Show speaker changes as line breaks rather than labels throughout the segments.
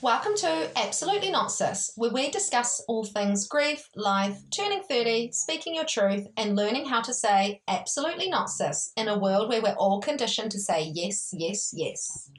Welcome to Absolutely Not Cis, where we discuss all things grief, life, turning 30, speaking your truth, and learning how to say absolutely not cis in a world where we're all conditioned to say yes, yes, yes.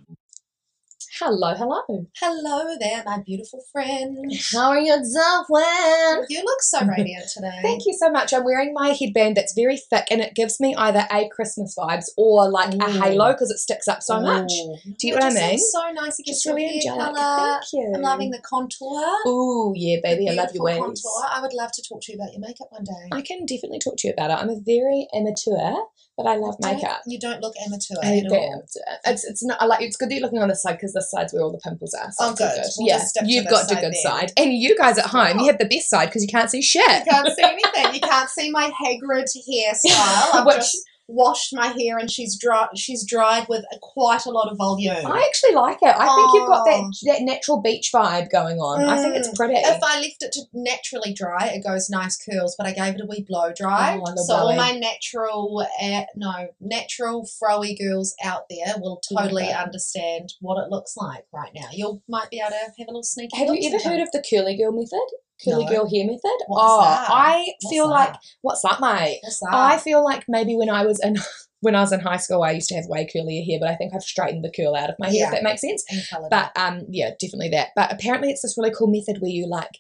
Hello, hello.
Hello there, my beautiful friend.
How are you doing?
You look so radiant today.
Thank you so much. I'm wearing my headband that's very thick and it gives me either a Christmas vibes or like a
Ooh.
halo because it sticks up so much. Do you know what I
Mm. Oh. Just
mean?
looks so nice against
Just
your
really
hair
angelic.
colour.
Thank you.
I'm loving the contour.
Ooh, yeah, baby,
The
I love your
beautiful
waves.
contour. I would love to talk to you about your makeup one day.
I can definitely talk to you about it. I'm a very amateur, but I love
Don't-
makeup.
You don't look amateur
I
at
am.
all.
It's it's not. I like it's good that you're looking on this side because this side's where all the pimples are. So
Oh,
it's all
good. We'll
yeah,
just stick to
you've
this
got the
side
good
then.
side, and you guys at home, you have the best side because you can't see shit.
You can't see anything. You can't see my Hagrid hairstyle. I've
Which-
just washed my hair and she's dry, she's dried with quite a lot of volume.
I actually like it. I think you've got
Oh. Mm.
that that natural beach vibe going on. I think it's pretty.
if I left it to naturally dry, it goes nice curls, but I gave it a wee blow dry.
Oh, I love
so all
blowing.
my natural, uh, no, natural froey girls out there will
Love
totally
it.
understand what it looks like right now. You might be able to have a little sneaky
have you ever heard of the curly girl method? Curly
No.
girl hair method?
What's
oh,
that?
I
What's
feel
that?
like what's that, mate?
What's that?
I feel like maybe when I was in when I was in high school, I used to have way curlier hair, but I think I've straightened the curl out of my hair.
Yeah.
If that makes sense.
And coloured.
But um, yeah, definitely that. But apparently, it's this really cool method where you like,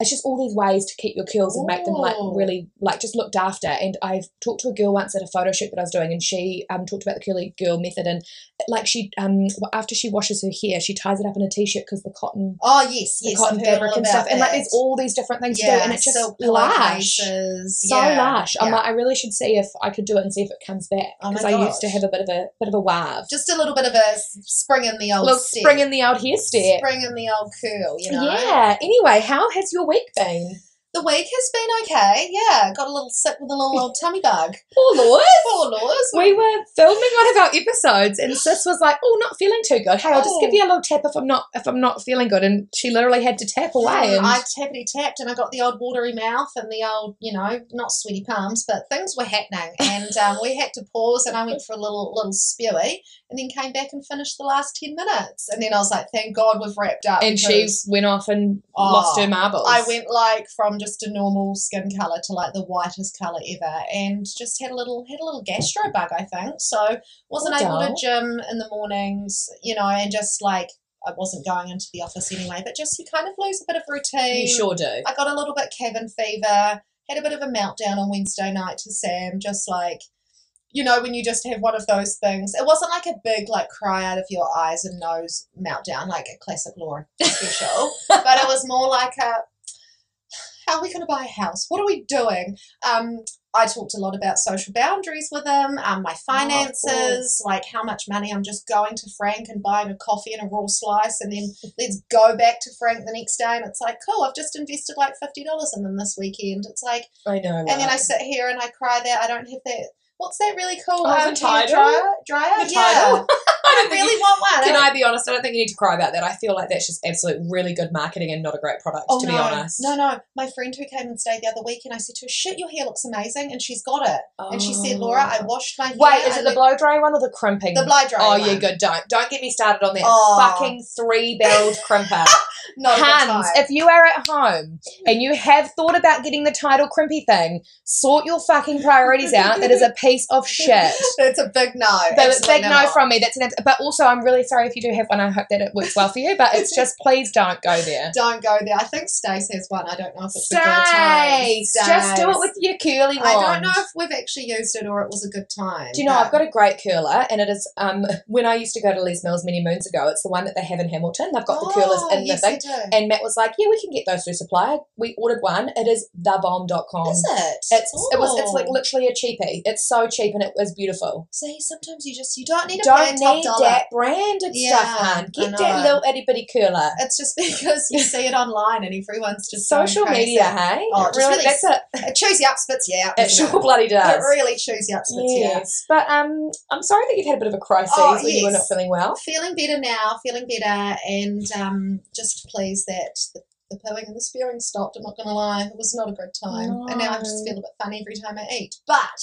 it's just all these ways to keep your curls and make them like
Ooh.
really like just looked after. And I've talked to a girl once at a photo shoot that I was doing, and she um talked about the curly girl method. And like she um after she washes her hair, she ties it up in a t-shirt because the cotton.
oh yes,
The
yes,
cotton
I've heard
fabric
all
and stuff,
about
and like
that.
there's all these different things to do, and it's just
silk
lash,
pillowcases.
so Oh
yeah.
lash. I'm
yeah.
like, I really should see if I could do it and see if it comes back
Oh my
because I used to
gosh.
have a bit of a bit of a wave,
just a little bit of a s- spring in the old
look,
step.
spring in the old hairstep,
Spring in the old curl, you know.
yeah. Anyway, how has your week been?
The week has been okay. Yeah, got a little sick with a little old tummy bug.
Poor Lord.
Poor Laws.
We were filming one of our episodes, and Sis was like, "Oh, not feeling too good. Hey, I'll just
Oh.
give you a little tap if I'm not if I'm not feeling good." And she literally had to tap away. And
I tappity tapped and I got the old watery mouth and the old, you know, not sweetie palms, but things were happening. And um, we had to pause and I went for a little little spewy and then came back and finished the last 10 minutes. And then I was like, thank God we've wrapped up.
and she
because-
went off and
Oh,
lost her marbles.
I went like from just a normal skin color to like the whitest color ever, and just had a little had a little gastro bug, I think. So wasn't
Oh,
able to
darn.
gym in the mornings, you know, and just like I wasn't going into the office anyway. But just you kind of lose a bit of routine.
You sure do.
I got a little bit cabin fever. Had a bit of a meltdown on Wednesday night to Sam, just like. You know, when you just have one of those things, it wasn't like a big, like, cry out of your eyes and nose meltdown, like a classic Laura special but it was more like a how are we going to buy a house? What are we doing? Um, I talked a lot about social boundaries with him, um,
Oh,
my finances, like how much money I'm just going to Frank and buying a coffee and a raw slice, and then let's go back to Frank the next day. And it's like, cool, I've just invested like $50 in them this weekend. It's like,
I know. Right?
and then I sit here and I cry that I don't have that. What's that really cool?
Oh, the
um, hair
title?
Dryer? dryer?
The
yeah.
title? I
I really want one.
Can I be honest? I don't think you need to cry about that. I feel like that's just absolute really good marketing and not a great product, to
Oh, no.
be honest.
No, no. My friend who came and stayed the other week, and I said to her, shit, your hair looks amazing. And she's got it. And she said, Laura, I washed my hair.
Oh. Wait, is
I
it the
let-
blow dry one or the crimping?
the blow dry?
Oh
one.
yeah, good. Don't don't get me started on that
Oh.
fucking three barreled crimper.
No, the
Hands,
tie.
if you are at home and you have thought about getting the title crimpy thing, sort your fucking priorities out. That is a piece of shit.
That's a big no.
But it's
Absolutely
big no
not.
from me. That's an. But also, I'm really sorry if you do have one. I hope that it works well for you. But it's just please don't go there.
Don't go there. I think Stace has one. I don't know if it's a good time.
Stay. Just do it with your curly one.
I don't know if we've actually used it or it was a good time.
Do you know
but-
I've got a great curler, and it is um when I used to go to Les Mills many moons ago. It's the one that they have in Hamilton. They've got the curlers
Oh,
in
yes,
the thing.
they do.
And Matt was like, "Yeah, we can get those through supplier." We ordered one. It is thebomb.com.
Is it?
It's it was it's like
Ooh.
literally a cheapie. It's so cheap and it was beautiful.
See, sometimes you just you don't need a
Don't
brand top
need
dollar.
that branded
Yeah,
stuff, hun.
I
Get
know.
that little itty bitty curler.
It's just because you see it online and everyone's just going
Social
crazy.
media, hey?
Oh,
It
just
really,
really-
that's it.
It chews you up spits you out.
It
doesn't
sure bloody
It
does.
really chews you up spits you out.
Yes, but um, I'm sorry that you've had a bit of a crisis
Oh,
when you were
yes.
not feeling well.
Feeling better now, feeling better, and um, just pleased that the, the pooing and the spewing stopped. I'm not going to lie, it was not a good time. And now I just
No.
feel a bit funny every time I eat. But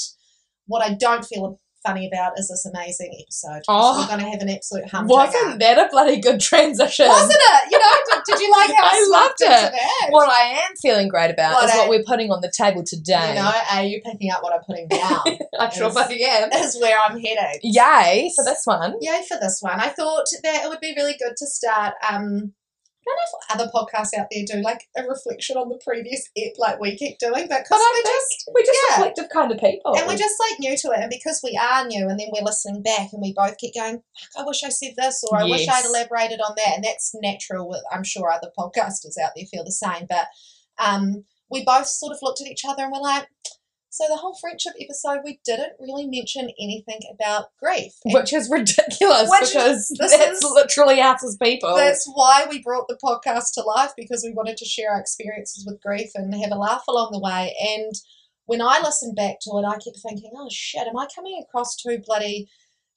what I don't feel funny about is this amazing episode.
Oh.
we're going to have an absolute humdinger.
Wasn't that a bloody good transition?
Wasn't it? You know, did, did you like how I,
I
slipped
loved
into that?
What I am feeling great about
What
is
I-
what we're putting on the table today.
you know, are you picking up what I'm putting down?
I sure
is-
fucking am.
is where I'm heading.
Yay for this one.
Yay for this one. I thought that it would be really good to start. Um, I don't know if other podcasts out there do like a reflection on the previous ep, like we keep doing, but
But
because
I
we're
think
just
we're just
yeah.
reflective kind of people.
and we're just like new to it, and because we are new, and then we're listening back, and we both keep going, "Fuck, I wish I said this," or "I wish I'd
Yes.
elaborated on that," and that's natural. with- I'm sure other podcasters out there feel the same, but um, we both sort of looked at each other and we're like. So the whole friendship episode, we didn't really mention anything about grief. And
which is ridiculous
Which is-
because
this
that's
is-
literally us as people.
That's why we brought the podcast to life because we wanted to share our experiences with grief and have a laugh along the way. And when I listened back to it, I kept thinking, "Oh shit, am I coming across too bloody,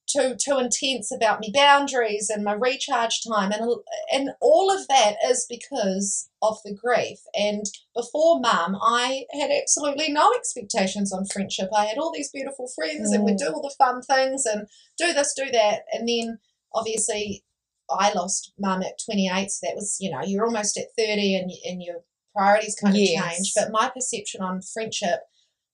too too intense about my boundaries and my recharge time?" And and all of that is because of the grief. And before mum, I had absolutely no expectations on friendship. I had all these beautiful friends, and we
Mm.
do all the fun things and do this, do that, and then obviously I lost mum at 28, so that was, you know, you're almost at 30 and, and your priorities kind of
Yes.
change. But my perception on friendship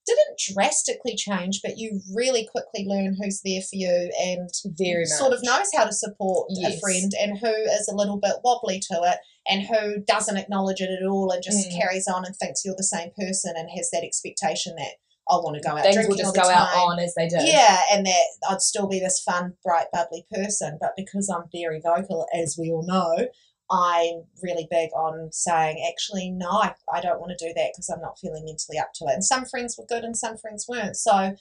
didn't drastically change, but you really quickly learn who's there for you and
Very much.
sort of knows how to support a
Yes.
friend and who is a little bit wobbly to it and who doesn't acknowledge it at all and just
Mm.
carries on and thinks you're the same person and has that expectation that I want to go out
Things
drinking
will just
all
go
the
out
time.
on as they do.
Yeah, and uh, that I'd still be this fun, bright, bubbly person, but because I'm very vocal, as we all know, I'm really big on saying, actually, no, I, I don't want to do that because I'm not feeling mentally up to it. And some friends were good and some friends weren't. So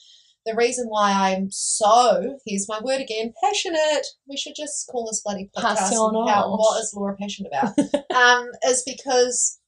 the reason why I'm so, here's my word again, passionate, we should just call this bloody podcast
Pass on
and how,
on.
what is Laura passionate about, um, is because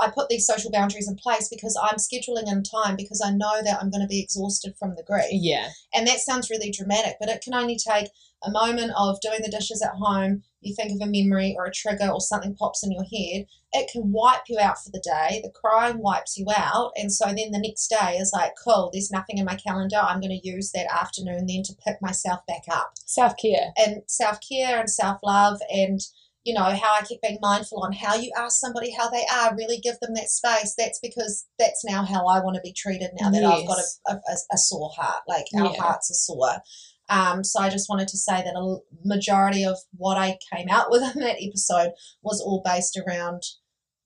I put these social boundaries in place because I'm scheduling in time because I know that I'm going to be exhausted from the grief.
Yeah.
And that sounds really dramatic, but it can only take a moment of doing the dishes at home. You think of a memory or a trigger or something pops in your head. It can wipe you out for the day. The crying wipes you out. And so then the next day is like, cool, there's nothing in my calendar. I'm going to use that afternoon then to pick myself back up
Self care.
and self care and self love and you know how I keep being mindful on how you ask somebody how they are, really give them that space. That's because that's now how I want to be treated. Now that I've got
Yes.
a, a, a sore heart, like our
Yeah.
hearts are sore. Um, so I just wanted to say that a l- majority of what I came out with in that episode was all based around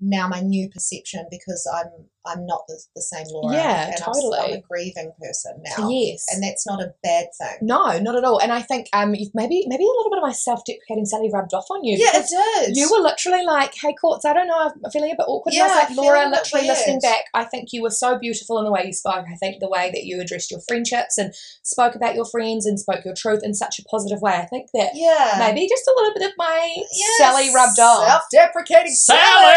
now my new perception because I'm I'm not the, the same Laura.
Yeah,
and I'm s- I'm, a
totally.
grieving person now,
Yes.
and that's not a bad thing.
no, not at all. And I think um, you've maybe maybe a little bit of my self deprecating Sally rubbed off on you.
Yeah,
because
it did.
You were literally like, "Hey, Courts, I don't know. I'm feeling a bit awkward." and I
Yeah,
was like,
I
"Laura,
feel a bit
literally
weird.
listening back, I think you were so beautiful in the way you spoke. I think the way that you addressed your friendships and spoke about your friends and spoke your truth in such a positive way. I think that
Yeah.
maybe just a little bit of my
Uh, Yes,
Sally rubbed off.
Self-deprecating Sally.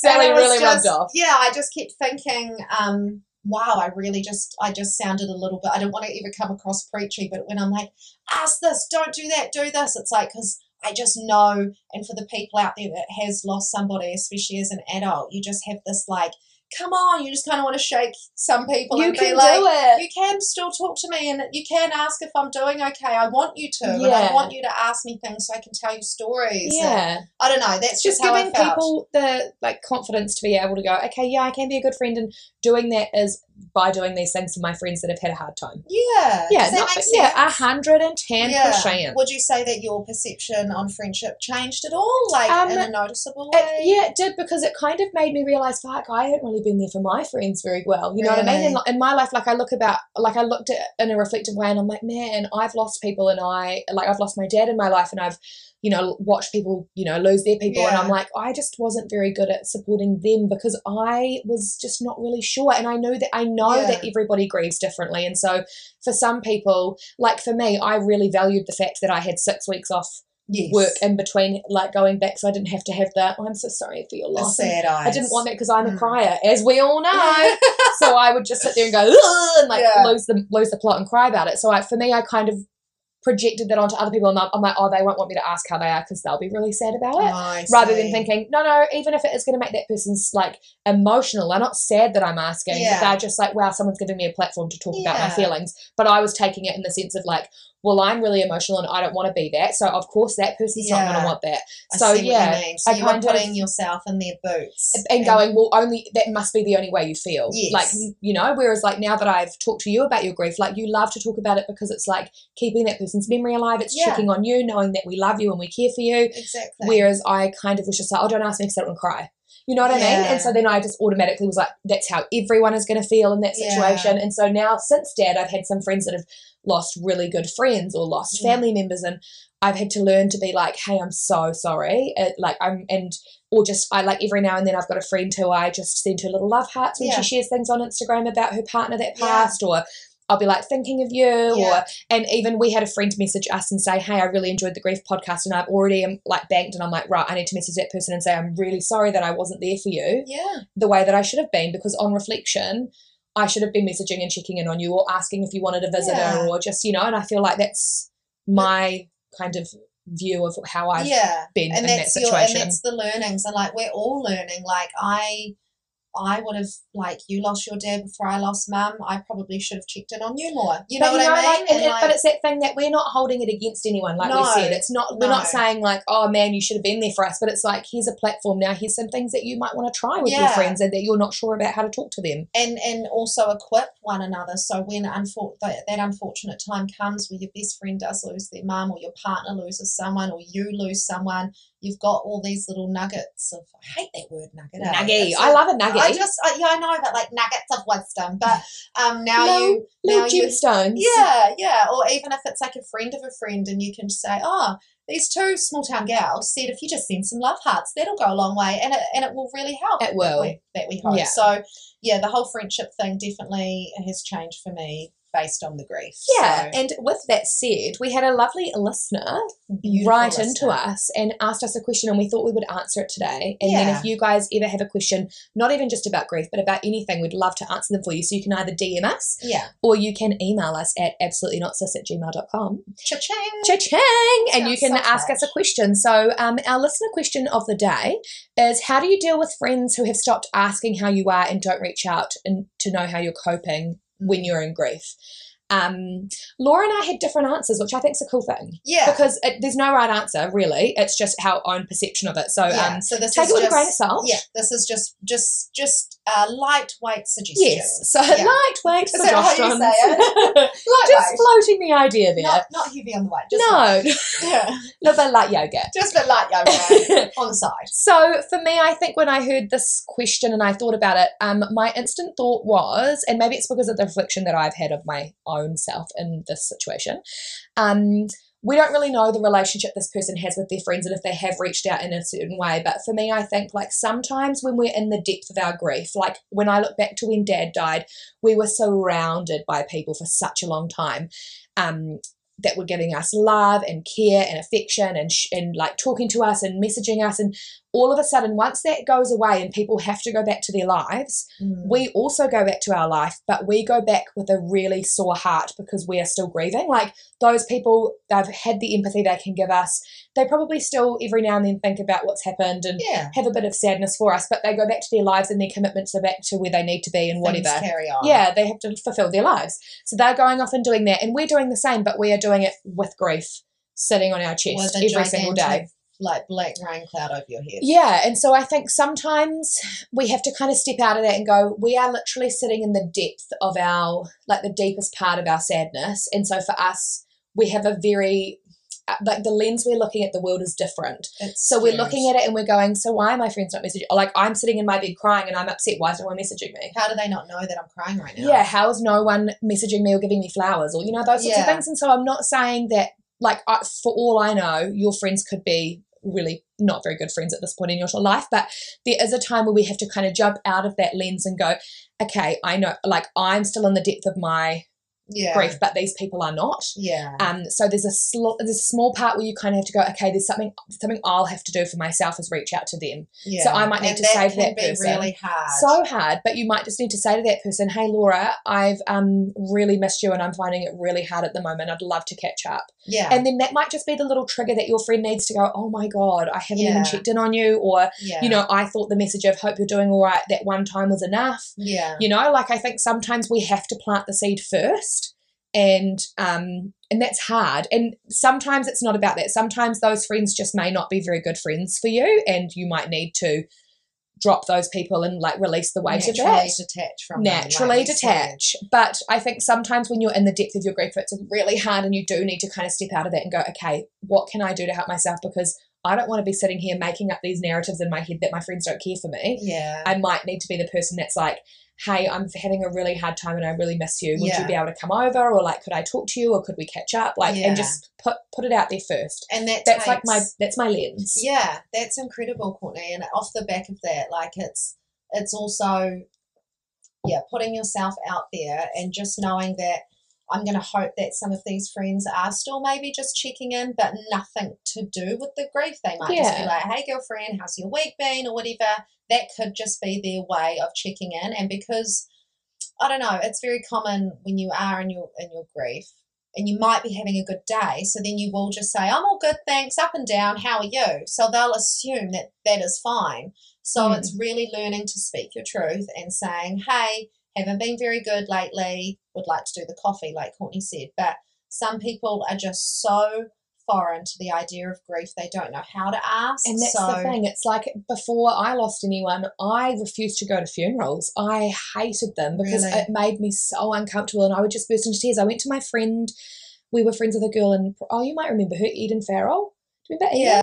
Sally
And I was
really
just-
rubbed off.
Yeah, I just kept thinking, um, wow, I really just, I just sounded a little bit. I don't want to ever come across preachy, but when I'm like, ask this, don't do that, do this, it's like because I just know. And for the people out there that has lost somebody, especially as an adult, you just have this like, come on, you just kind of want to shake some people
you
and
can
be like,
do it.
you can still talk to me and you can ask if I'm doing okay. I want you to. And I
Yeah.
want you to ask me things so I can tell you stories. And
yeah.
I don't know. That's
It's
just,
just
how
giving
I felt.
people the like confidence to be able to go, okay, yeah, I can be a good friend, and doing that is by doing these things for my friends that have had a hard time.
yeah.
Yeah,
Does that
not,
make sense?
yeah, a hundred and ten
Yeah.
percent.
Would you say that your perception on friendship changed at all, like
Um,
in a noticeable way?
It, yeah, it did because it kind of made me realize, fuck, I haven't really been there for my friends very well. You know what I mean?
Really?
In, in my life, like I look about, like I looked at it in a reflective way, and I'm like, man, I've lost people, and I like I've lost my dad in my life, and I've, you know, watched people, you know, lose their people, and
Yeah.
I'm like, I just wasn't very good at supporting them because I was just not really sure, and I know that I know
Yeah.
that everybody grieves differently, and so for some people, like for me, I really valued the fact that I had six weeks off
Yes.
work in between, like going back, so I didn't have to have that. Oh, I'm so sorry for your
The
loss.
sad eyes.
I didn't want that because I'm a
Mm.
crier, as we all know. so I would just sit there and go "Ugh," and like
Yeah.
lose the lose the plot and cry about it. So I, for me, I kind of projected that onto other people, and I'm I'm like, oh, they won't want me to ask how they are because they'll be really sad about it.
Oh, I
Rather than
see.
thinking, no, no, even if it is going to make that person's like emotional, I'm not sad that I'm asking.
Yeah.
They're just like, wow, someone's giving me a platform to talk about my
Yeah.
feelings. But I was taking it in the sense of like, well, I'm really emotional and I don't want to be that. So, of course, that person's not going
Yeah.
to want that.
I
so,
see
yeah,
what you mean. So
I
you were
kind of-
putting yourself in their boots
and going well only that must be the only way you feel
Yes.
like you know whereas like now that i've talked to you about your grief like you love to talk about it because it's like keeping that person's memory alive it's
Yeah.
checking on you knowing that we love you and we care for you
exactly.
whereas i kind of was just like oh don't ask me because i don't want to cry you know what i mean
Yeah.
and so then i just automatically was like that's how everyone is going to feel in that
Yeah.
situation and so now since dad i've had some friends that have lost really good friends or lost
Mm.
family members and i've had to learn to be like hey i'm so sorry Uh like i'm and or just I like every now and then I've got a friend who I just send her little love hearts when
Yeah.
she shares things on Instagram about her partner that
Yeah.
passed or I'll be like thinking of you or
Yeah.
and even we had a friend message us and say, Hey, I really enjoyed the grief podcast and I've already am like banked and I'm like, right, I need to message that person and say, I'm really sorry that I wasn't there for you
yeah,
the way that I should have been because on reflection I should have been messaging and checking in on you or asking if you wanted a visitor
Yeah.
or just, you know, and I feel like that's my kind of view of how I've
yeah,
been
and
in that
that's your
situation.
and that's the learnings, and like we're all learning. Like I, I would have like you lost your dad before I lost mum. I probably should have checked in on you more. You know
but
what
you know,
I mean?
like, and
And,
it- but
like,
it's that thing that we're not holding it against anyone, like we
No,
said. It's not we're not
no.
saying like, oh man, you should have been there for us. But it's like, here's a platform now. Here's some things that you might want to try with your
Yeah.
friends, and that you're not sure about how to talk to them.
and and also equip one another. So when unfor- that, that unfortunate time comes where your best friend does lose their mum, or your partner loses someone, or you lose someone, you've got all these little nuggets of I hate that word nugget. eh?
Nuggy,
It's
I love a nuggy.
I just I, yeah I know but like nuggets of wisdom but um now
No,
you
Little
now you-
gemstones.
yeah yeah or even if it's like a friend of a friend and you can say oh these two small town gals said if you just send some love hearts that'll go a long way and it, and it will really help
It
that
will.
we, that we hope
Yeah.
so yeah the whole friendship thing definitely has changed for me based on the grief
Yeah,
so,
and with that said, we had a lovely listener
Beautiful
right into
listener.
us and asked us a question, and we thought we would answer it today. And then,
Yeah.
if you guys ever have a question, not even just about grief, but about anything, we'd love to answer them for you. So you can either DM us
yeah
or you can email us at absolutelynotsis at gmail.com.
cha-ching
Cha-chang! And you
Sounds
can
so
ask us a question. So um, our listener question of the day is how do you deal with friends who have stopped asking how you are and don't reach out and to know how you're coping when you're in grief? Um, Laura and I had different answers, which I think's a cool thing.
yeah
Because it, there's no right answer, really. It's just our own perception of it. So
yeah,
um,
so this
take
is
it with a
just,
grain of salt.
Yeah, this is just just just uh, lightweight suggestions.
Yes. So
Yeah.
lightweight
Is that how you
suggestions.
say
just floating the idea there.
not, not heavy on the weight. Just
no,
yeah,
love a light yoga.
just a bit light yoga on the side.
so for me, I think when I heard this question and I thought about it, um, my instant thought was, and maybe it's because of the reflection that I've had of my own self in this situation, um, we don't really know the relationship this person has with their friends and if they have reached out in a certain way. But for me, I think like sometimes when we're in the depth of our grief, like when I look back to when dad died, we were surrounded by people for such a long time. Um, that were giving us love and care and affection and sh- and like talking to us and messaging us and all of a sudden once that goes away and people have to go back to their lives
Mm.
we also go back to our life but we go back with a really sore heart because we are still grieving like those people they've had the empathy they can give us they probably still every now and then think about what's happened and
yeah,
have a bit of sadness for us but they go back to their lives and their commitments are back to where they need to be and
things
whatever
carry on.
yeah, they have to fulfill their lives. So they're going off and doing that, and we're doing the same, but we are doing it with grief sitting on our
with
chest
a
every single day.
gigantic, like black rain cloud over your head.
Yeah, and so I think sometimes we have to kind of step out of that and go, we are literally sitting in the depth of our, like the deepest part of our sadness. And so for us, we have a very, uh, like the lens we're looking at the world is different.
It's
So we're looking at it and we're going, so why are my friends not messaging? Like I'm sitting in my bed crying and I'm upset. Why is no one messaging me?
How do they not know that I'm crying right now?
yeah, how is no one messaging me or giving me flowers or you know those sorts of
Yeah.
things? And so I'm not saying that like I, for all I know, your friends could be really not very good friends at this point in your life, but there is a time where we have to kind of jump out of that lens and go, okay, I know, like I'm still in the depth of my
yeah,
grief, but these people are not.
yeah,
Um, so there's a sl- there's a small part where you kind of have to go, okay, there's something something I'll have to do for myself is reach out to them.
yeah.
I might need
And
to
that
save
can
that
be
person.
Really hard.
So hard, but you might just need to say to that person, hey Laura, I've um really missed you and I'm finding it really hard at the moment. I'd love to catch up.
yeah,
And then that might just be the little trigger that your friend needs to go, oh my god, I haven't
Yeah.
even checked in on you, or
yeah,
you know, I thought the message of hope you're doing all right that one time was enough.
yeah,
you know like i think sometimes we have to plant the seed first and um and that's hard and sometimes it's not about that sometimes those friends just may not be very good friends for you and you might need to drop those people and like release the weight of
naturally
that
detach from them, like
naturally
we said.
detach but i think sometimes when you're in the depth of your grief it's really hard and you do need to kind of step out of that and go okay what can i do to help myself because i don't want to be sitting here making up these narratives in my head that my friends don't care for me
Yeah,
I might need to be the person that's like, hey, I'm having a really hard time and I really miss you. Would
Yeah.
you be able to come over? Or like, could I talk to you? Or could we catch up? Like,
Yeah.
and just put put it out there first.
and that
That's like
takes-
my that's my lens.
Yeah, that's incredible, Courtney. And off the back of that, like it's it's also yeah, putting yourself out there and just knowing that I'm gonna hope that some of these friends are still maybe just checking in, but nothing to do with the grief. They might just be
Yeah.
like, Hey girlfriend, how's your week been or whatever. That could just be their way of checking in and because I don't know, it's very common when you are in your in your grief and you might be having a good day. So then you will just say, I'm all good, thanks, up and down, how are you? So they'll assume that that is fine. So
Mm.
it's really learning to speak your truth and saying, hey, haven't been very good lately, would like to do the coffee, like Courtney said. But some people are just so foreign to the idea of grief, they don't know how to ask.
And that's
so,
the thing. It's like before I lost anyone, I refused to go to funerals. I hated them because
Really?
it made me so uncomfortable and I would just burst into tears. I went to my friend, we were friends with a girl and oh you might remember her, Eden Farrell. Do you remember Eden?
Yeah.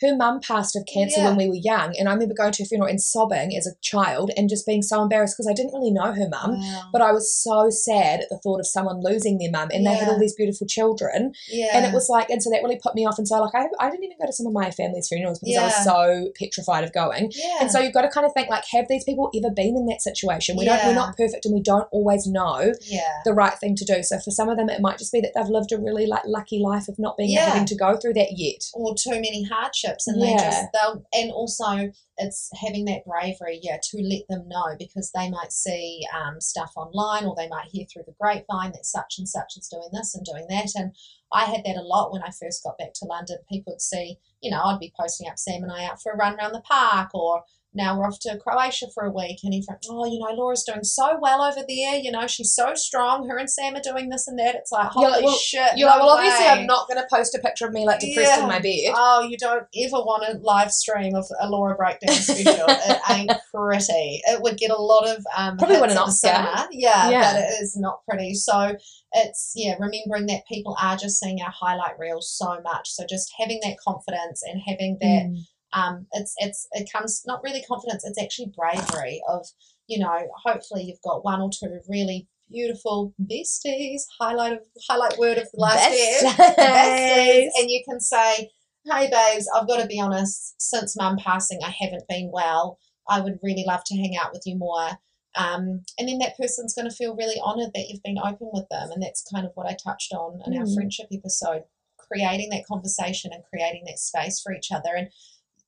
her mum passed of cancer
Yeah.
when we were young and i remember going to her funeral and sobbing as a child and just being so embarrassed because i didn't really know her mum
Wow.
but i was so sad at the thought of someone losing their mum and they had
Yeah.
all these beautiful children
yeah.
and it was like and so that really put me off and so like i, I didn't even go to some of my family's funerals because i was
Yeah.
so petrified of going
yeah.
and so you've got to kind of think like have these people ever been in that situation we don't
Yeah.
we're not perfect and we don't always know
yeah.
the right thing to do so for some of them it might just be that they've lived a really like lucky life of not being
Yeah.
having to go through that yet
or too many hardships and they
Yeah.
just they'll and also it's having that bravery yeah to let them know because they might see um, stuff online or they might hear through the grapevine that such and such is doing this and doing that and i had that a lot when i first got back to london people would see you know i'd be posting up sam and i out for a run around the park or now we're off to Croatia for a week, and everyone, oh, you know, Laura's doing so well over there. You know, she's so strong. Her and Sam are doing this and that. It's like,
You're
holy
like, well,
shit!
You're like,
no
well, obviously,
way."
I'm not going to post a picture of me like depressed
Yeah.
in my bed.
Oh, you don't ever want a live stream of a Laura Breakdown special. it ain't pretty. It would get a lot of um,
Probably
hits
win an
at the
Oscar.
cinema. Yeah,
Yeah.
but it is not pretty. So it's yeah, remembering that people are just seeing our highlight reels so much. So just having that confidence and having that
Mm.
um, it's it's it comes not really confidence. It's actually bravery of you know. Hopefully, you've got one or two really beautiful besties. Highlight of highlight word of the last year
Besties.
besties, and you can say, "Hey, babes, I've got to be honest. Since mum passing, I haven't been well. I would really love to hang out with you more." Um, and then that person's going to feel really honoured that you've been open with them, and that's kind of what I touched on in our
Mm.
friendship episode, creating that conversation and creating that space for each other. And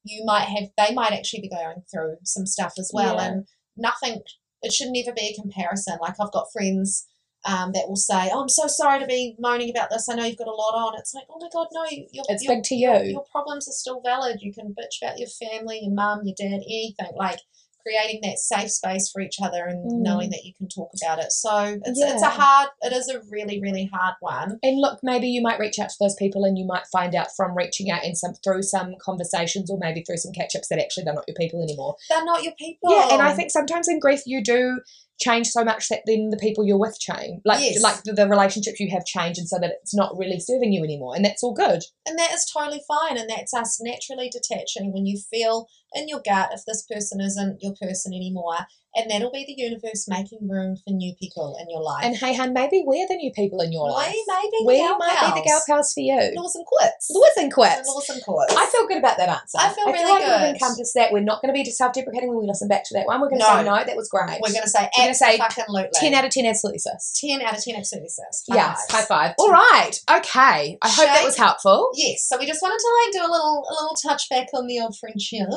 you might have, they might actually be going through some stuff as well,
Yeah.
and nothing. It should never be a comparison. Like I've got friends um, that will say, "Oh, I'm so sorry to be moaning about this. I know you've got a lot on." It's like, "Oh my god, no! Your
It's
your,
big to
your,
you.
your problems are still valid. You can bitch about your family, your mum, your dad, anything. Like creating that safe space for each other and
Mm.
knowing that you can talk about it. So it's it's a
Yeah.
hard. It is a really really hard one.
And look, maybe you might reach out to those people, and you might find out from reaching out and some through some conversations, or maybe through some catch ups that actually they're not your people anymore.
They're not your people.
Yeah, and I think sometimes in grief you do change so much that then the people you're with change, like
Yes.
like the, the relationships you have change, and so that it's not really serving you anymore, and that's all good.
And that is totally fine. And that's us naturally detaching when you feel in your gut if this person isn't your person anymore. and that'll be the universe making room for new people in your life.
And hey, hun, maybe we're the new people in your
we
life.
may be the
we
gal
might
pals.
be the gal pals for you.
Lawson Quits.
Laws and quits.
Lawson Quits.
I feel good about that answer.
I feel really
like we've
good.
encompassed that. We're not going to be self-deprecating when we listen back to that one. We're going to
No.
say no, that was great.
We're going to say
We're gonna say
fucking lootly.
ten out of ten, absolutely, sis.
10 out of 10 absolutely sis. High
Yes,
fives.
high five. All right, okay. I hope that was helpful.
Yes, so we just wanted to like do a little a little touch back on the old friendship.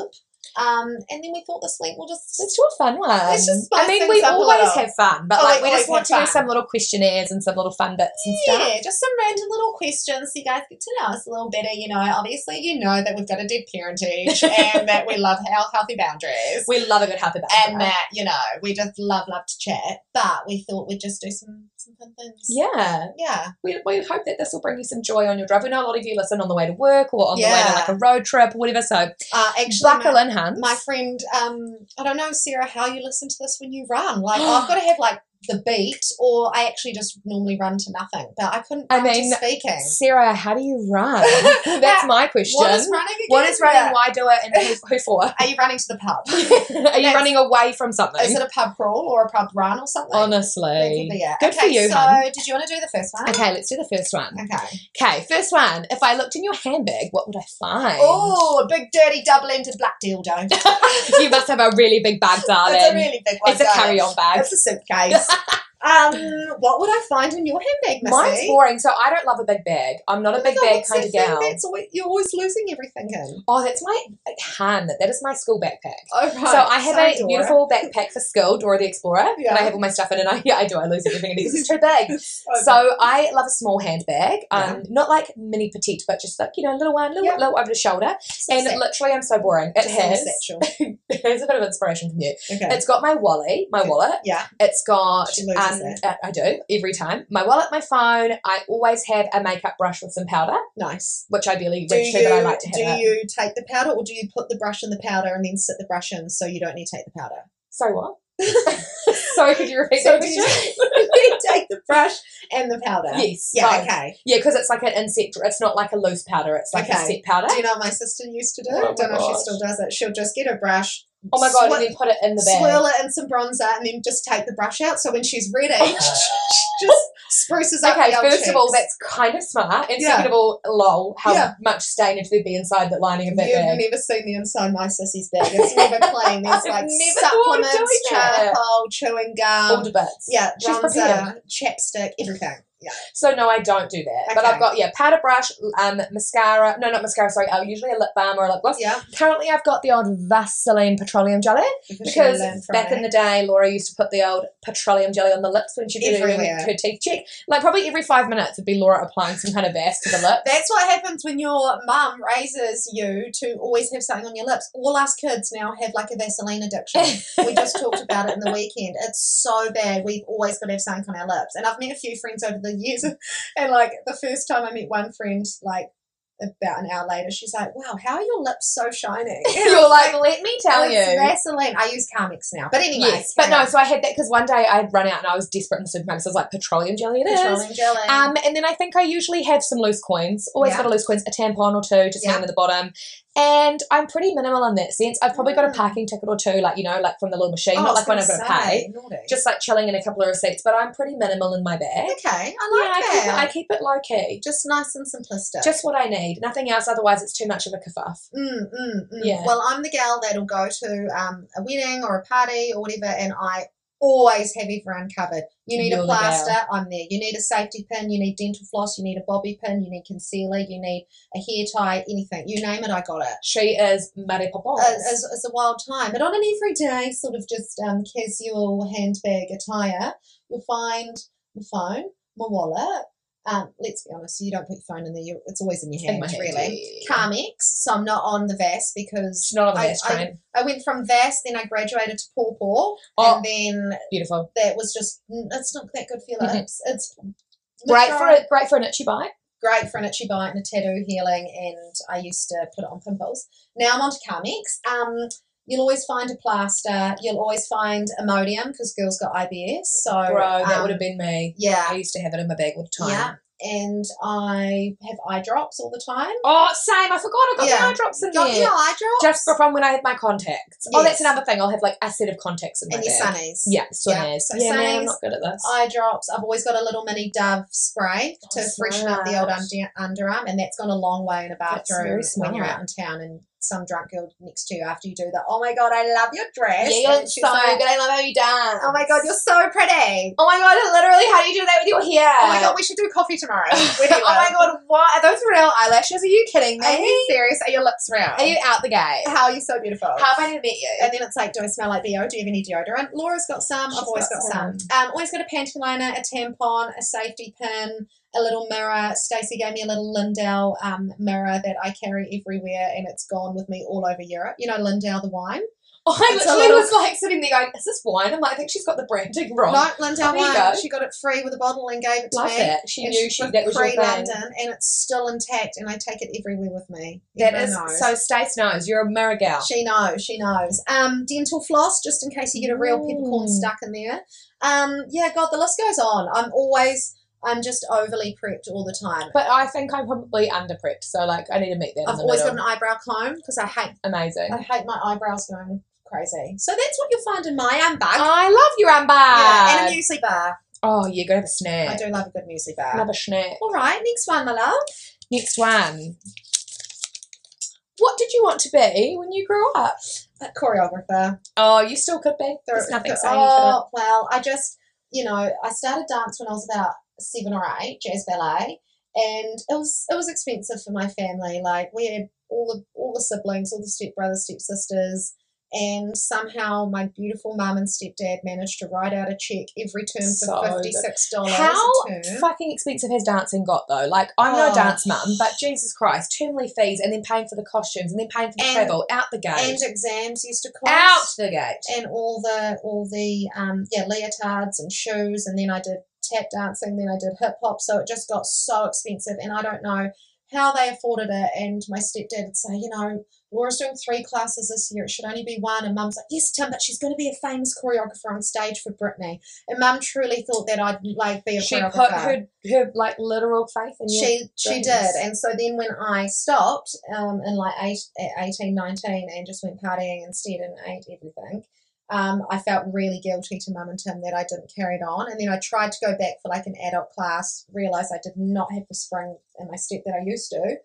Um, and then we thought this week we'll just
Let's do a fun one.
Let's just spice
I mean,
things
we
up a
always
little.
have fun, but
Oh,
like
we
we just
always
want
have
to do
fun.
some little questionnaires and some little fun bits and stuff.
Yeah, just some random little questions so you guys get to know us a little better. You know, obviously, you know that we've got a dead parentage and that we love our healthy boundaries
We love a good happy
and that, you know, we just love, love to chat. But we thought we'd just do some, some fun things.
Yeah,
Yeah.
we, we hope that this will bring you some joy on your drive. We know a lot of you listen on the way to work or on the way
Yeah.
to like a road trip, whatever. So
Uh, actually,
buckle
my,
in, Hans.
my friend, um, I don't know, Sarah, how you listen to this when you run. Like, I've got to have like the beat, or I actually just normally run to nothing. But I couldn't.
I
run to
mean,
speaking.
Sarah, how do you run? That's
That-
my question.
What is running? Again?
What is running? Why do it? And who, who for?
Are you running to the pub?
Are you
That's-
running away from something?
Is it a pub crawl or a pub run or something? That could
Honestly.
be it.
Good
okay,
for you,
So,
hun.
did you want to do the first one?
Okay, let's do the first one.
Okay.
Okay, first one. If I looked in your handbag, what would I find?
Oh, a big dirty double-ended black dildo.
you must have a really big bag, darling.
That's a really big one.
it's a
darling.
carry-on bag.
It's a suitcase. um, what would I find in your handbag, Missy?
Mine's boring, so I don't love a big bag. I'm not
Oh
a
my
big
God,
bag
what's
kind
that
of
thing
gal.
That's always, you're always losing everything in.
Oh, that's my hand. That is my school backpack.
Oh right.
So I have
Sorry,
a
Dora.
beautiful backpack for school, Dora the Explorer,
Yeah.
and I have all my stuff in it. And I, yeah, I do. I lose everything in it because it's too big.
Okay.
So I love a small handbag, um,
Yeah.
not like mini petite, but just like you know, little one, little,
Yeah.
little over the shoulder. And
Satchel.
literally, I'm so boring. It
Just
has,
satchel.
here's a bit of inspiration from you.
Okay.
It's got my wallet, my
Good.
wallet.
Yeah.
It's got,
She eh? loses
um,
it.
uh, I do every time. My wallet, my phone. I always have a makeup brush with some powder,
Nice.
which I barely
Do
reach to,
you
but I like to
do
have it.
you take the powder, or do you put the brush in the powder and then sit the brush in so you don't need to take the powder?
So what? Sorry, could you repeat
So
that?
do
question?
you take the brush and the powder?
Yes.
Yeah,
both.
okay.
Yeah, because it's like an insect. It's not like a loose powder. It's like a
Okay.
set powder.
Do you know what my sister used to do?
Oh my
Don't know if she
gosh.
still does it. She'll just get a brush,
Oh my god!
Swi-
and then put it in the bag.
swirl it in some bronzer, and then just take the brush out. So when she's ready, she just spruces up.
Oh. Okay,
the old
first of all,
cheeks.
that's kind of smart. And
Yeah.
second of all, lol, how
Yeah.
much stainage there'd be inside the lining of that
You've
bag.
never seen the inside my sissy's bag. It's never clean. There's
I've
like
never thought of
supplements,
doing that.
charcoal, chewing
All
gum,
the bits.
yeah,
She's
bronzer,
prepared.
chapstick, everything. Yeah,
So no, I don't do that. But I've
Okay.
got yeah, powder brush, um, mascara. No, not mascara. Sorry, uh, usually a lip balm or a lip gloss.
yeah.
Currently, I've got the old Vaseline petroleum jelly
Because, she'll
because
learn from
back in
it.
the day, Laura used to put the old petroleum jelly on the lips when she did her,
Everywhere.
her teeth check. Like probably every five minutes, would be Laura applying some kind of Vaseline to the lips.
That's what happens when your mum raises you to always have something on your lips. All us kids now have like a Vaseline addiction. we just talked about it in the weekend. It's so bad. We've always got to have something on our lips. And I've met a few friends over the years, and like the first time I met one friend, like about an hour later, she's like, "Wow, how are your lips so shiny?" And I
You're
was
like, let me tell
"It's
you.
Vaseline. I use Carmex now, but anyway,
yes, but no. So I had that because one day I'd run out and I was desperate in the supermarket. So I was like, petroleum jelly it is.
petroleum jelly.
Um, and then I think I usually have some loose coins. Always
Yeah.
got a loose coins, a tampon or two, just
Yeah.
down at the bottom. And I'm pretty minimal in that sense. I've probably got a
Mm.
parking ticket or two, like you know, like from the little machine,
Oh, I
not
was
like one I've
gonna
got to pay.
say, naughty.
Just like chilling in a couple of receipts, but I'm pretty minimal in my bag.
okay. I like
yeah, I keep, it,
that.
I keep it low key.
just nice and simplistic.
Just what I need, nothing else. Otherwise, it's too much of a kerfuff.
Mm, mm, mm.
Yeah.
Well, I'm the gal that'll go to um, a wedding or a party or whatever, and I always have everyone covered. You need
You're
a
the
plaster, I'm there. You need a safety pin, you need dental floss, you need a bobby pin, you need concealer, you need a hair tie, anything. You name it, I got it.
She is Mare Popos.
Uh, It's, it's a wild time, but on an everyday sort of just um, casual handbag attire, you'll find my phone, my wallet. Um, let's be honest, you don't put your phone in there. You, it's always in your
In
hand,
my hand,
really.
yeah.
Carmex, so I'm not on the VAS because
She's not on the
I-
best
I-
train.
I went from VAS, then I graduated to Paw Paw,
Oh.
and then
Beautiful.
that was just it's not that good for your
Mhm.
lips. It's
Great for a great for an itchy bite.
great for an itchy bite and a tattoo healing, and I used to put it on pimples. Now I'm on to Carmex. Um, you'll always find a plaster. You'll always find Imodium because girls got IBS. So
Bro, that
um,
would have been me.
yeah,
I used to have it in my bag all the time.
yeah. and I have eye drops all the time.
Oh, same. I forgot I got
Yeah.
my eye drops in
Got your
there.
eye drops?
Just from when I had my contacts. Oh,
Yes.
that's another thing. I'll have like a set of contacts in my
and your
bag.
sunnies.
Yeah,
Yeah,
sunnies.
so
Yeah, man,
sunnies,
I'm not good at this.
Eye drops. I've always got a little mini Dove spray
Oh,
to freshen up the old
smart.
under, underarm, and that's gone a long way in a
That's
bathroom
very
when you're out in town and some drunk girl next to you after you do that. Oh my god, I love your dress.
yeah, you
And
look so
she's like,
good. I love how you dance.
Oh my god, you're so pretty.
Oh my god, literally, how do you do that with your hair?
Oh my god, we should do coffee tomorrow. We're doing
oh my
it.
god, what? Are those real eyelashes? Are you kidding me?
Are you serious? Are your lips round?
Are you out the gate?
How are you so beautiful?
How have I never met you?
and then it's like, do I smell like BO? Do you have any deodorant? Laura's got some.
She's
I've always
got
got, some. Um, always got a panty liner, a tampon, a safety pin, a little mirror. Stacey gave me a little Lindell um, mirror that I carry everywhere, and it's gone with me all over Europe. You know, Lindell the wine.
Oh, I
It's a
literally
little-
was like sitting there going, "Is this wine?" I'm like, "I think she's got the branding wrong."
No, Lindell
There you
wine.
go.
She got it free with a bottle and gave it to
Love
me.
it. She
And
knew
it's
she
with
that was your
free
thing.
London, and it's still intact, and I take it everywhere with me.
That
Everyone
is
knows.
so. Stace knows you're a mirror gal.
She knows, she knows. Um, dental floss, just in case you get a real peppercorn
Mm.
stuck in there. Um, yeah, God, the list goes on. I'm always, I'm just overly prepped all the time.
but I think I'm probably under prepped, so like I need to meet that. in
I've
the
always got
middle.
an eyebrow comb because I hate,
amazing.
I hate my eyebrows going crazy. So that's what you'll find in my ambag.
I love your amber.
Yeah, and a muesli bar.
oh, yeah, gotta have a
I
snack.
do love a good muesli bar.
Another snack.
All right, next one, my love.
Next one. What did you want to be when you grew up?
A choreographer.
Oh, you still could be. There's
Thro-
nothing
thro-
saying you couldn't.
Oh, well, I just, you know, I started dance when I was about seven or eight, jazz ballet, and it was it was expensive for my family. Like we had all the all the siblings, all the stepbrothers, stepsisters, and somehow my beautiful mum and stepdad managed to write out a check every term
So
for
good.
fifty six dollars
How
a term.
fucking expensive has dancing got though? Like, I'm no
Oh.
dance mum, but Jesus Christ, termly fees and then paying for the costumes and then paying for the
And-
travel out the gate,
and exams used to cost
out the gate.
and all the all the um, yeah leotards and shoes and then I did tap dancing then I did hip hop so it just got so expensive and I don't know how they afforded it and my stepdad would say you know Laura's doing three classes this year it should only be one and mum's like yes Tim but she's going to be a famous choreographer on stage for Britney and mum truly thought that I'd like be a
she
choreographer
put her her like literal faith in you.
she she did
dreams.
and so then when i stopped um in like eight, at 18 19 and just went partying instead and ate everything um i felt really guilty to mum and tim that i didn't carry it on and then i tried to go back for like an adult class realized i did not have the spring in my step that i used to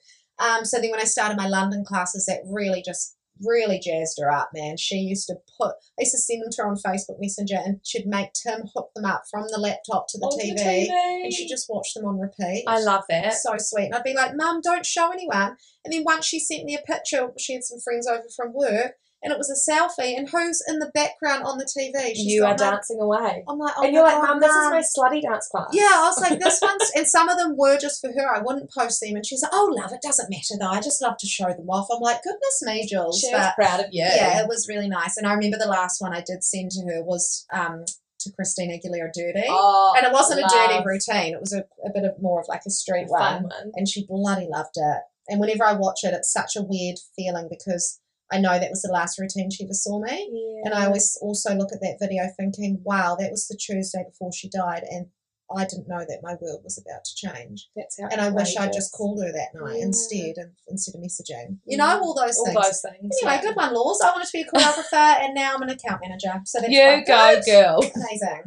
um so then when i started my london classes that really just really jazzed her up man she used to put i used to send them to her on facebook messenger and she'd make tim hook them up from the laptop to the,
On
TV, and she'd just watch them on repeat
I love that.
so sweet. And I'd be like, Mum, don't show anyone. And then once she sent me a picture, she had some friends over from work, and it was a selfie. And who's in the background on the TV? She's
you
got
are
Mum.
dancing away.
I'm like, oh
and you're
my
like,
God,
Mum, this is
Mum."
my slutty dance class.
Yeah, I was like, this one's, and some of them were just for her. I wouldn't post them. And she's like, oh, love, it doesn't matter though. I just love to show them off. I'm like, goodness me, Jules.
She was
But
proud of you.
yeah, it was really nice. And I remember the last one I did send to her was um, to Christina Aguilera Dirty.
Oh,
and it wasn't a dirty
love.
routine, it was a, a bit of more of like a street one
Fun one.
and she bloody loved it. And whenever I watch it, it's such a weird feeling because I know that was the last routine she ever saw me. And I always also look at that video thinking, wow, that was the Tuesday before she died, and I didn't know that my world was about to change.
That's how
And I wish I'd just
outrageous.
called her that night
Yeah.
instead, and, instead of messaging. You
Yeah.
know, all those
all
things.
those things.
Anyway,
yeah.
good one, Laws. I wanted to be a choreographer, and now I'm an account manager. So that's
You
quite
go,
good.
girl.
Amazing.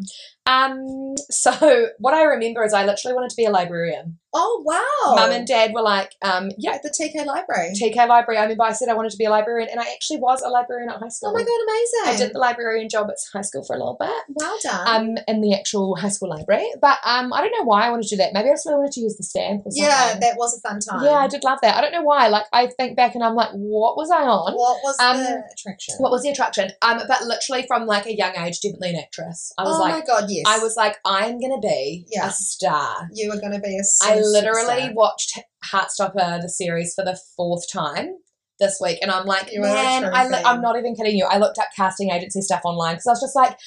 Um, so what I remember is I literally wanted to be a librarian.
Oh wow!
Mum and Dad were like, um, yeah,
at the TK Library.
TK library. I remember I said I wanted to be a librarian, and I actually was a librarian at high school.
oh my god,
I
amazing!
did the librarian job at high school for a little bit.
Well done.
Um, in the actual high school library, but um, I don't know why I wanted to do that. Maybe I just really wanted to use the stamp or something.
Yeah, that was a fun time.
yeah, I did love that. I don't know why. Like I think back and I'm like, what was I on?
What was
Um,
the attraction?
What was the attraction? Um, but literally from like a young age, definitely an actress. I was
oh
like,
my god, yes.
I was like, I'm gonna be
Yeah.
a star.
You were going to be a.
I
superstar.
literally watched Heartstopper the series for the fourth time this week, and I'm like,
You are a
man,
true
I li-
fan.
I'm not even kidding you. I looked up casting agency stuff online because I was just like,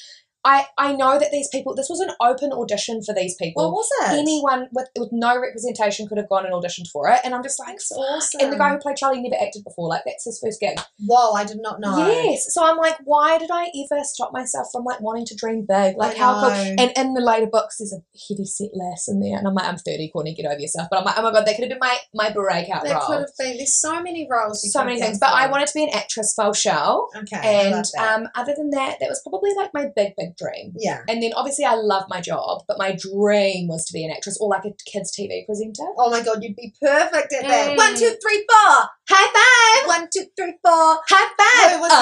I, I know that these people, this was an open audition for these
What
people.
was it?
Anyone with, with no representation could have gone and auditioned for it. And I'm just like,
That's
"Fuck."
awesome.
And the guy who played Charlie never acted before. Like, that's his first gig.
Whoa, I did not know.
Yes. So I'm like, why did I ever stop myself from like wanting to dream big? Like,
I
how cool.
know.
And in the later books, there's a heavy set lass in there. And I'm like, I'm 30, Courtney, get over yourself. But I'm like, oh my God, that could have been my, my breakout
There
role.
could have been. There's so many roles. you
so
could
many
have
things.
gone
But I
for.
wanted to be an actress, full show.
Okay. I
And
love that.
um, other than that, that was probably like my big, big dream.
yeah.
And then obviously I love my job, but my dream was to be an actress or like a kids TV presenter.
Oh my god, you'd be perfect at that.
Mm.
One, two, three, four. High five. One, two, three, four.
High Uh,
Wait, what's-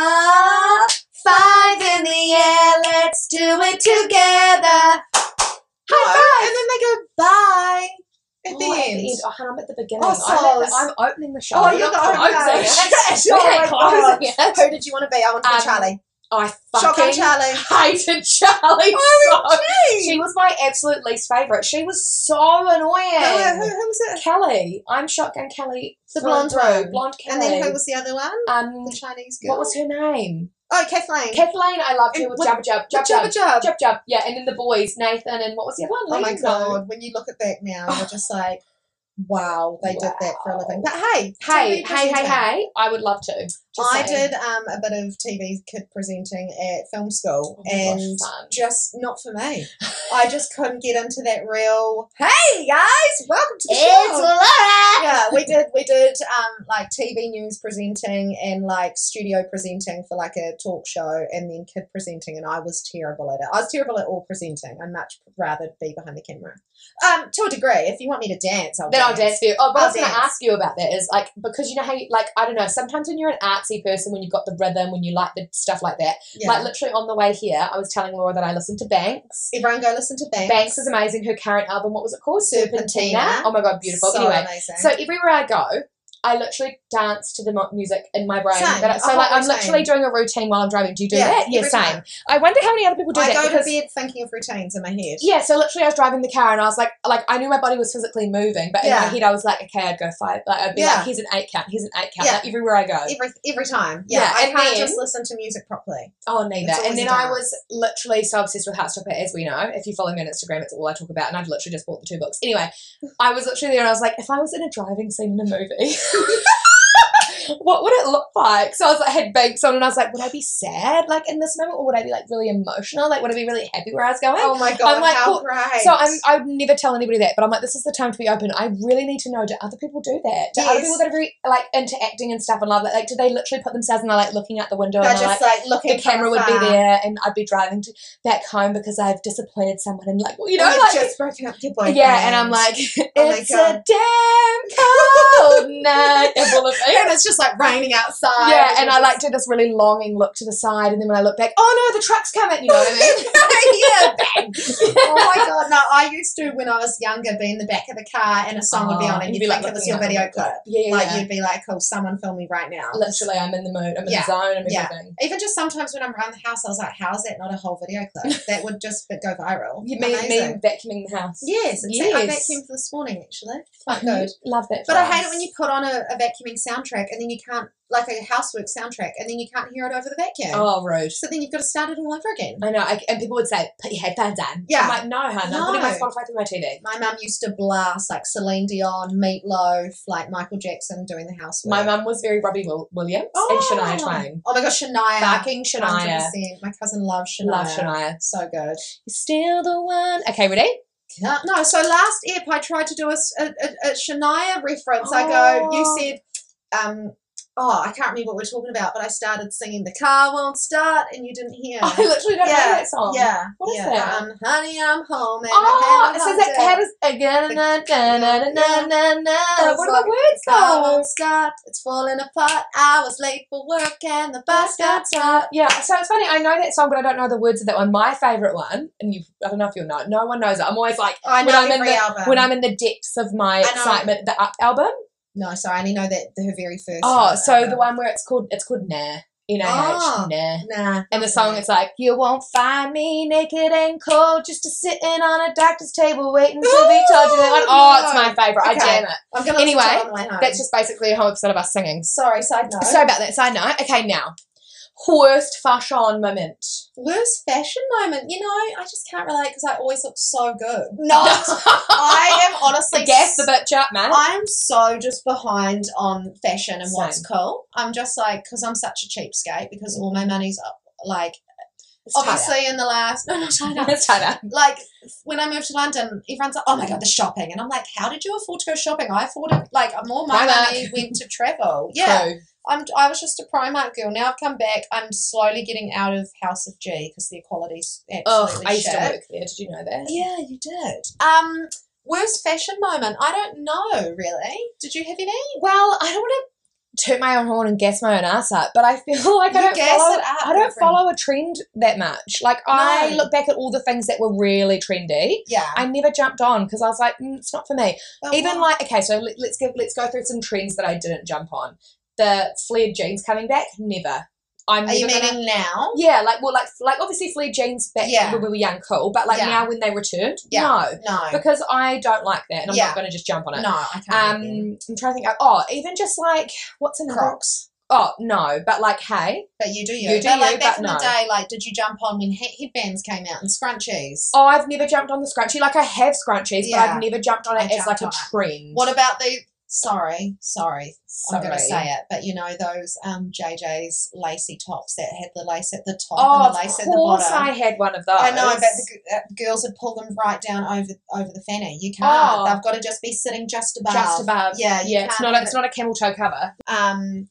Up, five in the air, let's do it together.
Hello. And then they go bye at the end.
Oh, hon, I'm at the beginning.
Oh,
I'm, at the-
soz.
I'm opening the show.
Oh,
I'm
you're the
not
opener.
closing it.
Oh
We
my
ain't
God.
closing it.
Who did you want to be? I want to be
Um,
Charlie.
I
Shotgun
fucking
Charlie.
hated Charlie.
Oh,
so- She
OMG.
was my absolute least favourite. She was so
Who, who,
annoying.
who was it?
Kelly. I'm Shotgun Kelly.
The
through
blonde
and through.
one.
Blonde Kelly.
And then who was the other one?
um,
The Chinese girl.
what was her name?
Oh, Kathleen.
Kathleen, I loved her
And
with
with-
Jabba Jab. Jab
Good job,
Jab.
good job.
Jab Jab. Yeah, and then the boys, Nathan and what was the other one?
Oh my
Liam?
god, when you look at that now, you're just like, wow, they did that for a living. But hey,
Hey,
TV
hey, hey,
presenting.
hey. I would love to. Just
I
saying.
did um, a bit of TV kid presenting at film school,
Oh my gosh,
and
fun.
just not for me. I just couldn't get into that real. Hey guys, welcome to the show.
Laura!
yeah, we did. We did um, like TV news presenting and like studio presenting for like a talk show, and then kid presenting. And I was terrible at it. I was terrible at all presenting. I'd much rather be behind the camera. Um, to a degree, if you want me to dance, I'll
Then I'll dance for you. Oh, but I was going to
I'll dance.
ask you about that is like, because you know how, you, like, I don't know, sometimes when you're an artsy person, when you've got the rhythm, when you like the stuff like that,
Yeah.
Like literally on the way here, I was telling Laura that I listened to Banks.
Everyone go listen to Banks.
Banks, is amazing. Her current album, what was it called?
Serpentina.
Serpentina. Oh my god, beautiful.
So
anyway,
amazing.
so everywhere I go, I literally dance to the mo- music in my brain.
Same.
That I- so
Oh,
like, I'm
same.
literally doing a routine while I'm driving. Do you do
Yeah,
that? Yeah,
every
same.
time.
I wonder how many other people do
I
that.
go to
because-
bed thinking of routines in my head.
yeah, so literally I was driving the car and I was like, like I knew my body was physically moving, but in
Yeah.
my head I was like, okay, I'd go five. Like I'd be
Yeah.
like, here's an eight count, here's an eight count.
Yeah.
Like, everywhere I go.
Every every time. Yeah.
Yeah,
I
and
can't
then-
just listen to music properly.
Oh, neither.
It's
And
always
then
a
I
dance.
was literally so obsessed with Heartstopper, as we know. If you follow me on Instagram, it's all I talk about, and I've literally just bought the two books. Anyway, I was literally there, and I was like, if I was in a driving scene in a movie, what would it look like? So I was like, had banks on, and I was like, would I be sad, like in this moment, or would I be like really emotional? Like, would I be really happy where I was going?
Oh my god,
I'm like,
how
well,
great.
So I'm, I would never tell anybody that, but I'm like, this is the time to be open. I really need to know, do other people do that? Do other
Yes.
people that are very, like, into acting and stuff and love that? Like, do they literally put themselves in, like, looking out the window
They're
and they're oh, like,
just like, looking
the camera would be
from afar.
there and I'd be driving to, back home because I've disappointed someone and like you know
And you've
like
just broken up with your boyfriend.
yeah and I'm like
my
it's a
God.
damn cold night and all of
and
it.
it's just like raining outside.
yeah and I
you're
like did this really longing look to the side and then when I look back oh no the truck's coming you know what I mean
yeah, bang. oh my god! No, I used to when I was younger be in the back of the car and a song would be
Oh,
on, and you'd, think it was
looking
your
up and
video
like,
clip.
yeah yeah,
Like
yeah.
you'd be like, "Cool, someone film me right now."
literally I'm in the mood I'm in
Yeah,
the zone I'm in
yeah.
everything
Even just sometimes when I'm around the house, I was like, "How is that not a whole video clip? That would just go viral."
you mean,
Amazing.
mean vacuuming the house
Yes, it's yes. I
Yes.
vacuumed this morning actually. Quite good.
love that
But I
for
hate it
us.
when you put on a, a vacuuming soundtrack and then you can't like a housework soundtrack and then you can't hear it over the vacuum.
oh rude
So then you've got to start it all over again.
I know, I, and people would say, "Put your headphones on."
Yeah.
I'm like, "No, hun, I'm putting my
No.
Spotify through my TV."
My mum used to blast like Celine Dion, Meatloaf, like Michael Jackson doing the housework.
My mum was very Robbie Wil- Williams and Shania Twain.
Oh my gosh, Shania.
Fucking Shania.
100%. My cousin loves Shania.
Love Shania.
So good.
You're still the one. Okay, ready?
Uh, no, so last ep I tried to do a, s- a- a- a Shania reference. I go, you
Oh.
said, um, oh, I can't remember what we're talking about, but I started singing "The Car Won't Start" and you didn't hear.
I literally don't know
Yeah,
that song.
yeah,
What is
yeah.
that?
Um, honey, I'm home and
Oh,
I
it
haven't
says
home
that
day.
cat is again. Na, na, na, na, na, na, na.
It's
What are
like-
the words
The car
though?
won't start. It's falling apart. I was late for work and the bus got
Bastard. Yeah, so it's funny. I know that song, but I don't know the words of that one. My favorite one, and you, I don't know if you'll know. it, No one knows it. I'm always like,
I
When
know
I'm in
every
the-
album.
when I'm in the depths of my
know.
excitement, the Up album.
no, sorry, I only know that her very first.
Oh,
album.
so the one where it's called it's called Nah. N A
Oh.
H Nah.
Nah,
And the song is like, You won't find me naked and cold, just a sitting on a doctor's table waiting to be told you that one.
Ooh,
Oh, it's
no.
my favourite. I
Okay.
jam it.
I'm gonna listen to
Anyway,
it on the way home.
That's just basically a whole episode of us singing.
sorry. Side note.
Sorry about that side note. Okay, now. worst fashion moment.
Worst fashion moment, you know, I just can't relate because I always look so good. I
I
am honestly
gas the bitch up, man.
I'm so just behind on fashion and what's
Same.
cool. I'm just like because I'm such a cheapskate because all my money's up. Like
It's tied up.
obviously in the last no no China.
it's tied up.
like when I moved to London, everyone's like, "Oh my god, the shopping!" And I'm like, "How did you afford to go shopping? I afforded like more of my
Primark.
money went to travel. Yeah,
True.
I'm. I was just a Primark girl. Now I've come back. I'm slowly getting out of House of G because the equality's
Ugh,
absolutely
I used to
shit.
work there. Did you know that?
Yeah, you did. Um, worst fashion moment? I don't know really. Did you have any?
Well, I don't want to toot my own horn and gas my own ass up, but I feel like I
You
don't
gas
follow.
it up,
I
my
don't
friend.
follow a trend that much. Like I
No.
look back at all the things that were really trendy.
Yeah,
I never jumped on because I was like, mm, it's not for me.
But
Even
what-
like, okay, so let, let's give let's go through some trends that I didn't jump on. The flared jeans coming back, never. I'm
are you
never gonna-
meaning now?
yeah, like well, like like obviously flared jeans back
Yeah.
when we were young, cool. But like
Yeah.
now when they returned,
Yeah.
no,
No,
because I don't like that, and I'm
Yeah.
not going to just jump on it.
no, I can't.
Um,
Um,
I'm trying to think. Oh, even just like what's another?
Crocs.
Oh no, but like hey,
But you do you.
You do
but like
you,
back
but
in
no.
the day, like, did you jump on when he- headbands came out and scrunchies?
oh I've never jumped on the scrunchie. Like I have scrunchies, but
Yeah.
I've never jumped on
I
it as like
jumped
a
on it.
trend.
What about the? Sorry, sorry,
Sorry.
I'm going to say it, but you know those um JJ's lacy tops that had the lace at the top
Oh,
and the lace
of
at the
course
bottom.
I had one of those.
I know, but the g- uh, girls would pull them right down over over the fanny. You can't.
Oh.
They've got to just be sitting just above.
just above.
Yeah, you
yeah. It's
can't
not. A,
have
it's not a camel toe cover.
it. Um,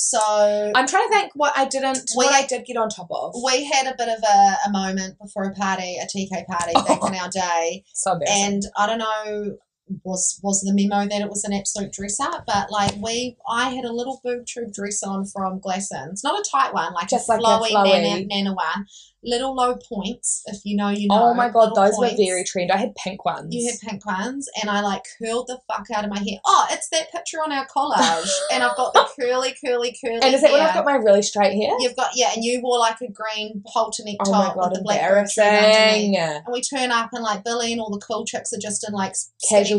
so
I'm trying to think what I didn't.
We-
what I did get on top of.
we had a bit of a, a moment before a party, a TK party
Oh.
back in our day,
so embarrassing.
and I don't know was was the memo that it was an absolute dress up, but like we, I had a little boob tube dress on from Glassons, not a tight one, like
Just
a
like a
flowy,
flowy.
Nana, nana one, little low points. If you know, you know.
oh my god,
little
those
points.
were very trend. I had pink ones.
You had pink ones, and I like curled the fuck out of my hair. Oh, it's that picture on our collage, and I've got the curly, curly, curly.
and is that when I've
hair.
got my really straight hair?
You've got yeah, and you wore like a green halter neck
Oh my
top
god,
with the black bow tie underneath.
embarrassing.
And we turn up and like Billy and all the cool chicks are just in like
Casual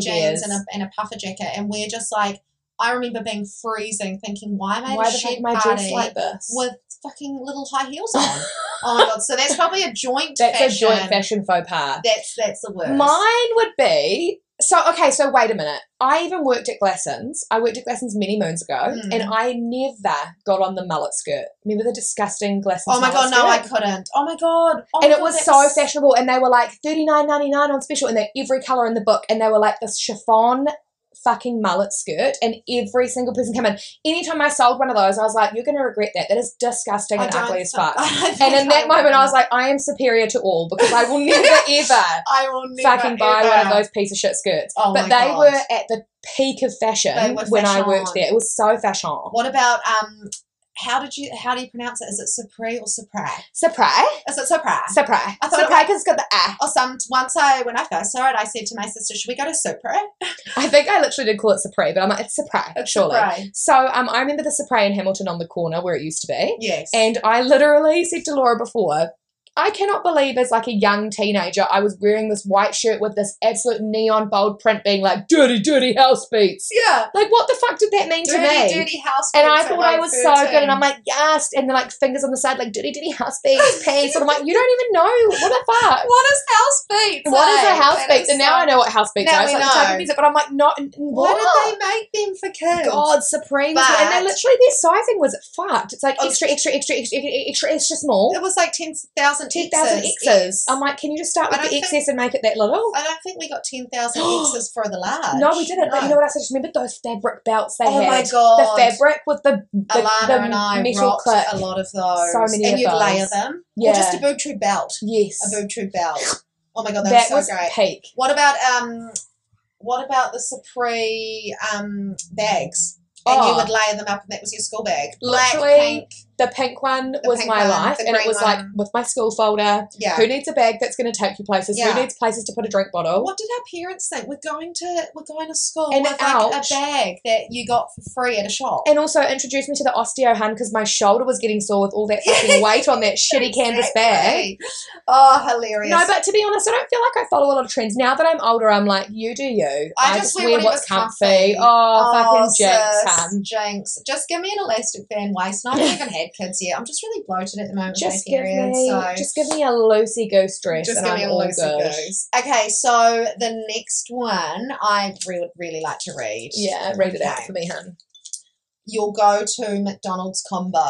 casual jeans
wears.
and a, and a puffer jacket, and we're just like, I remember being freezing, thinking, why am I
Why
at a
the
shed
heck my dress
party
like this?
with fucking little high heels on? oh my god! So that's probably a joint.
That's
fashion.
a joint fashion faux pas.
That's that's the worst.
Mine would be so okay. So wait a minute. I even worked at Glassons. I worked at Glassons many moons ago,
Mm.
and I never got on the mullet skirt. Remember the disgusting Glassons?
Oh my god,
mullet
no, I
skirt?
couldn't. Oh my god. Oh
and
my
it
God,
was
that's-
so fashionable, and they were like thirty nine ninety nine on special, and they're every color in the book, and they were like this chiffon fucking mullet skirt, and every single person came in. Anytime I sold one of those, I was like, "You're gonna regret that. That is disgusting
I
and
don't
ugly as
think-
fuck."
I don't
And in
think
that moment,
will.
I was like, "I am superior to all because I will never ever."
I will never,
fucking buy one of
ever.
those piece of shit skirts.
Oh my
but they
God.
were at the peak of fashion
They were
when I
fashion.
worked there. It was so fashion.
What about um? How did you? How do you pronounce it? Is it Supre or Supre?
Surprise!
Is it Supre?
Surprise!
I thought it
Surprise because it's got the ah.
or Oh, some once I when I first saw it, I said to my sister, "Should we go to Supre?"
I think I literally did call it surprise, but I'm like, it's surprise, Oh, surely.
Supre.
So um, I remember the surprise in Hamilton on the corner where it used to be.
Yes.
And I literally said to Laura before, I cannot believe as like a young teenager, I was wearing this white shirt with this absolute neon bold print being like, dirty, dirty house beats.
yeah,
Like, what the fuck did that mean
dirty,
to me?
dirty house.
And I
boots at
thought I
like
was so good, and
13.
I'm like, yes. And then like fingers on the side, like dirty, dirty house beats, peace. And I'm like, you don't even know what the fuck.
"What is house beats?
What is
eh?"
a house
That
beats?
is
And now
so-
I know what house beats
Now
are. It's
we
like the type
know.
of music, but I'm like, not n-
Why
what?
did they make them for kids?
God, Supreme. was- and they
But-
literally their sizing was fucked. It's like
Oh.
extra, extra, extra, extra, extra, extra small.
It was like ten thousand
Ten thousand X's. I'm like, can you just start
I
with the
don't think-
excess and make it that little?
I don't think we got ten thousand X's for the large.
No, we didn't. But
No.
you know what else? I just remembered those fabric belts they
oh
had.
my god,
The fabric with the, the,
Alana
the
and I
metal
rocked
clip.
a lot of those.
So many
and
of
you'd
those.
layer them.
Yeah.
Or just a boob tree belt.
Yes.
A boob tree belt. Oh my god, that,
that
was so great.
peak.
What about um what about the Supre um bags? And
Oh.
you would layer them up and that was your school bag. Black,
Literally-
pink.
The pink one was
pink
my
one,
life,
the
and it
green
was like
one.
with my school folder.
Yeah.
Who needs a bag that's going to take you places?
Yeah.
Who needs places to put a drink bottle?
what did our parents think? We're going to we're going to school
And
with like
ouch.
a bag that you got for free at a shop.
And also introduced me to the osteo hun because my shoulder was getting sore with all that fucking weight on that shitty canvas bag.
Exactly. Oh, hilarious.
No, but to be honest, I don't feel like I follow a lot of trends. Now that I'm older, I'm like, you do you.
I just wear whatever's comfy.
Oh, fucking
sis,
jinx, hun.
Jinx. Just give me an elastic band waist. And I haven't even had had kids yet. I'm just really bloated at the moment. with my
Just give
period,
me,
so
just give me a loosey goose dress,
just
and
give
I'm
me a
all
loosey
good.
goose. Okay, so the next one I re- would really like to read.
Yeah, read it out
Okay.
for me, hun.
Your go-to McDonald's combo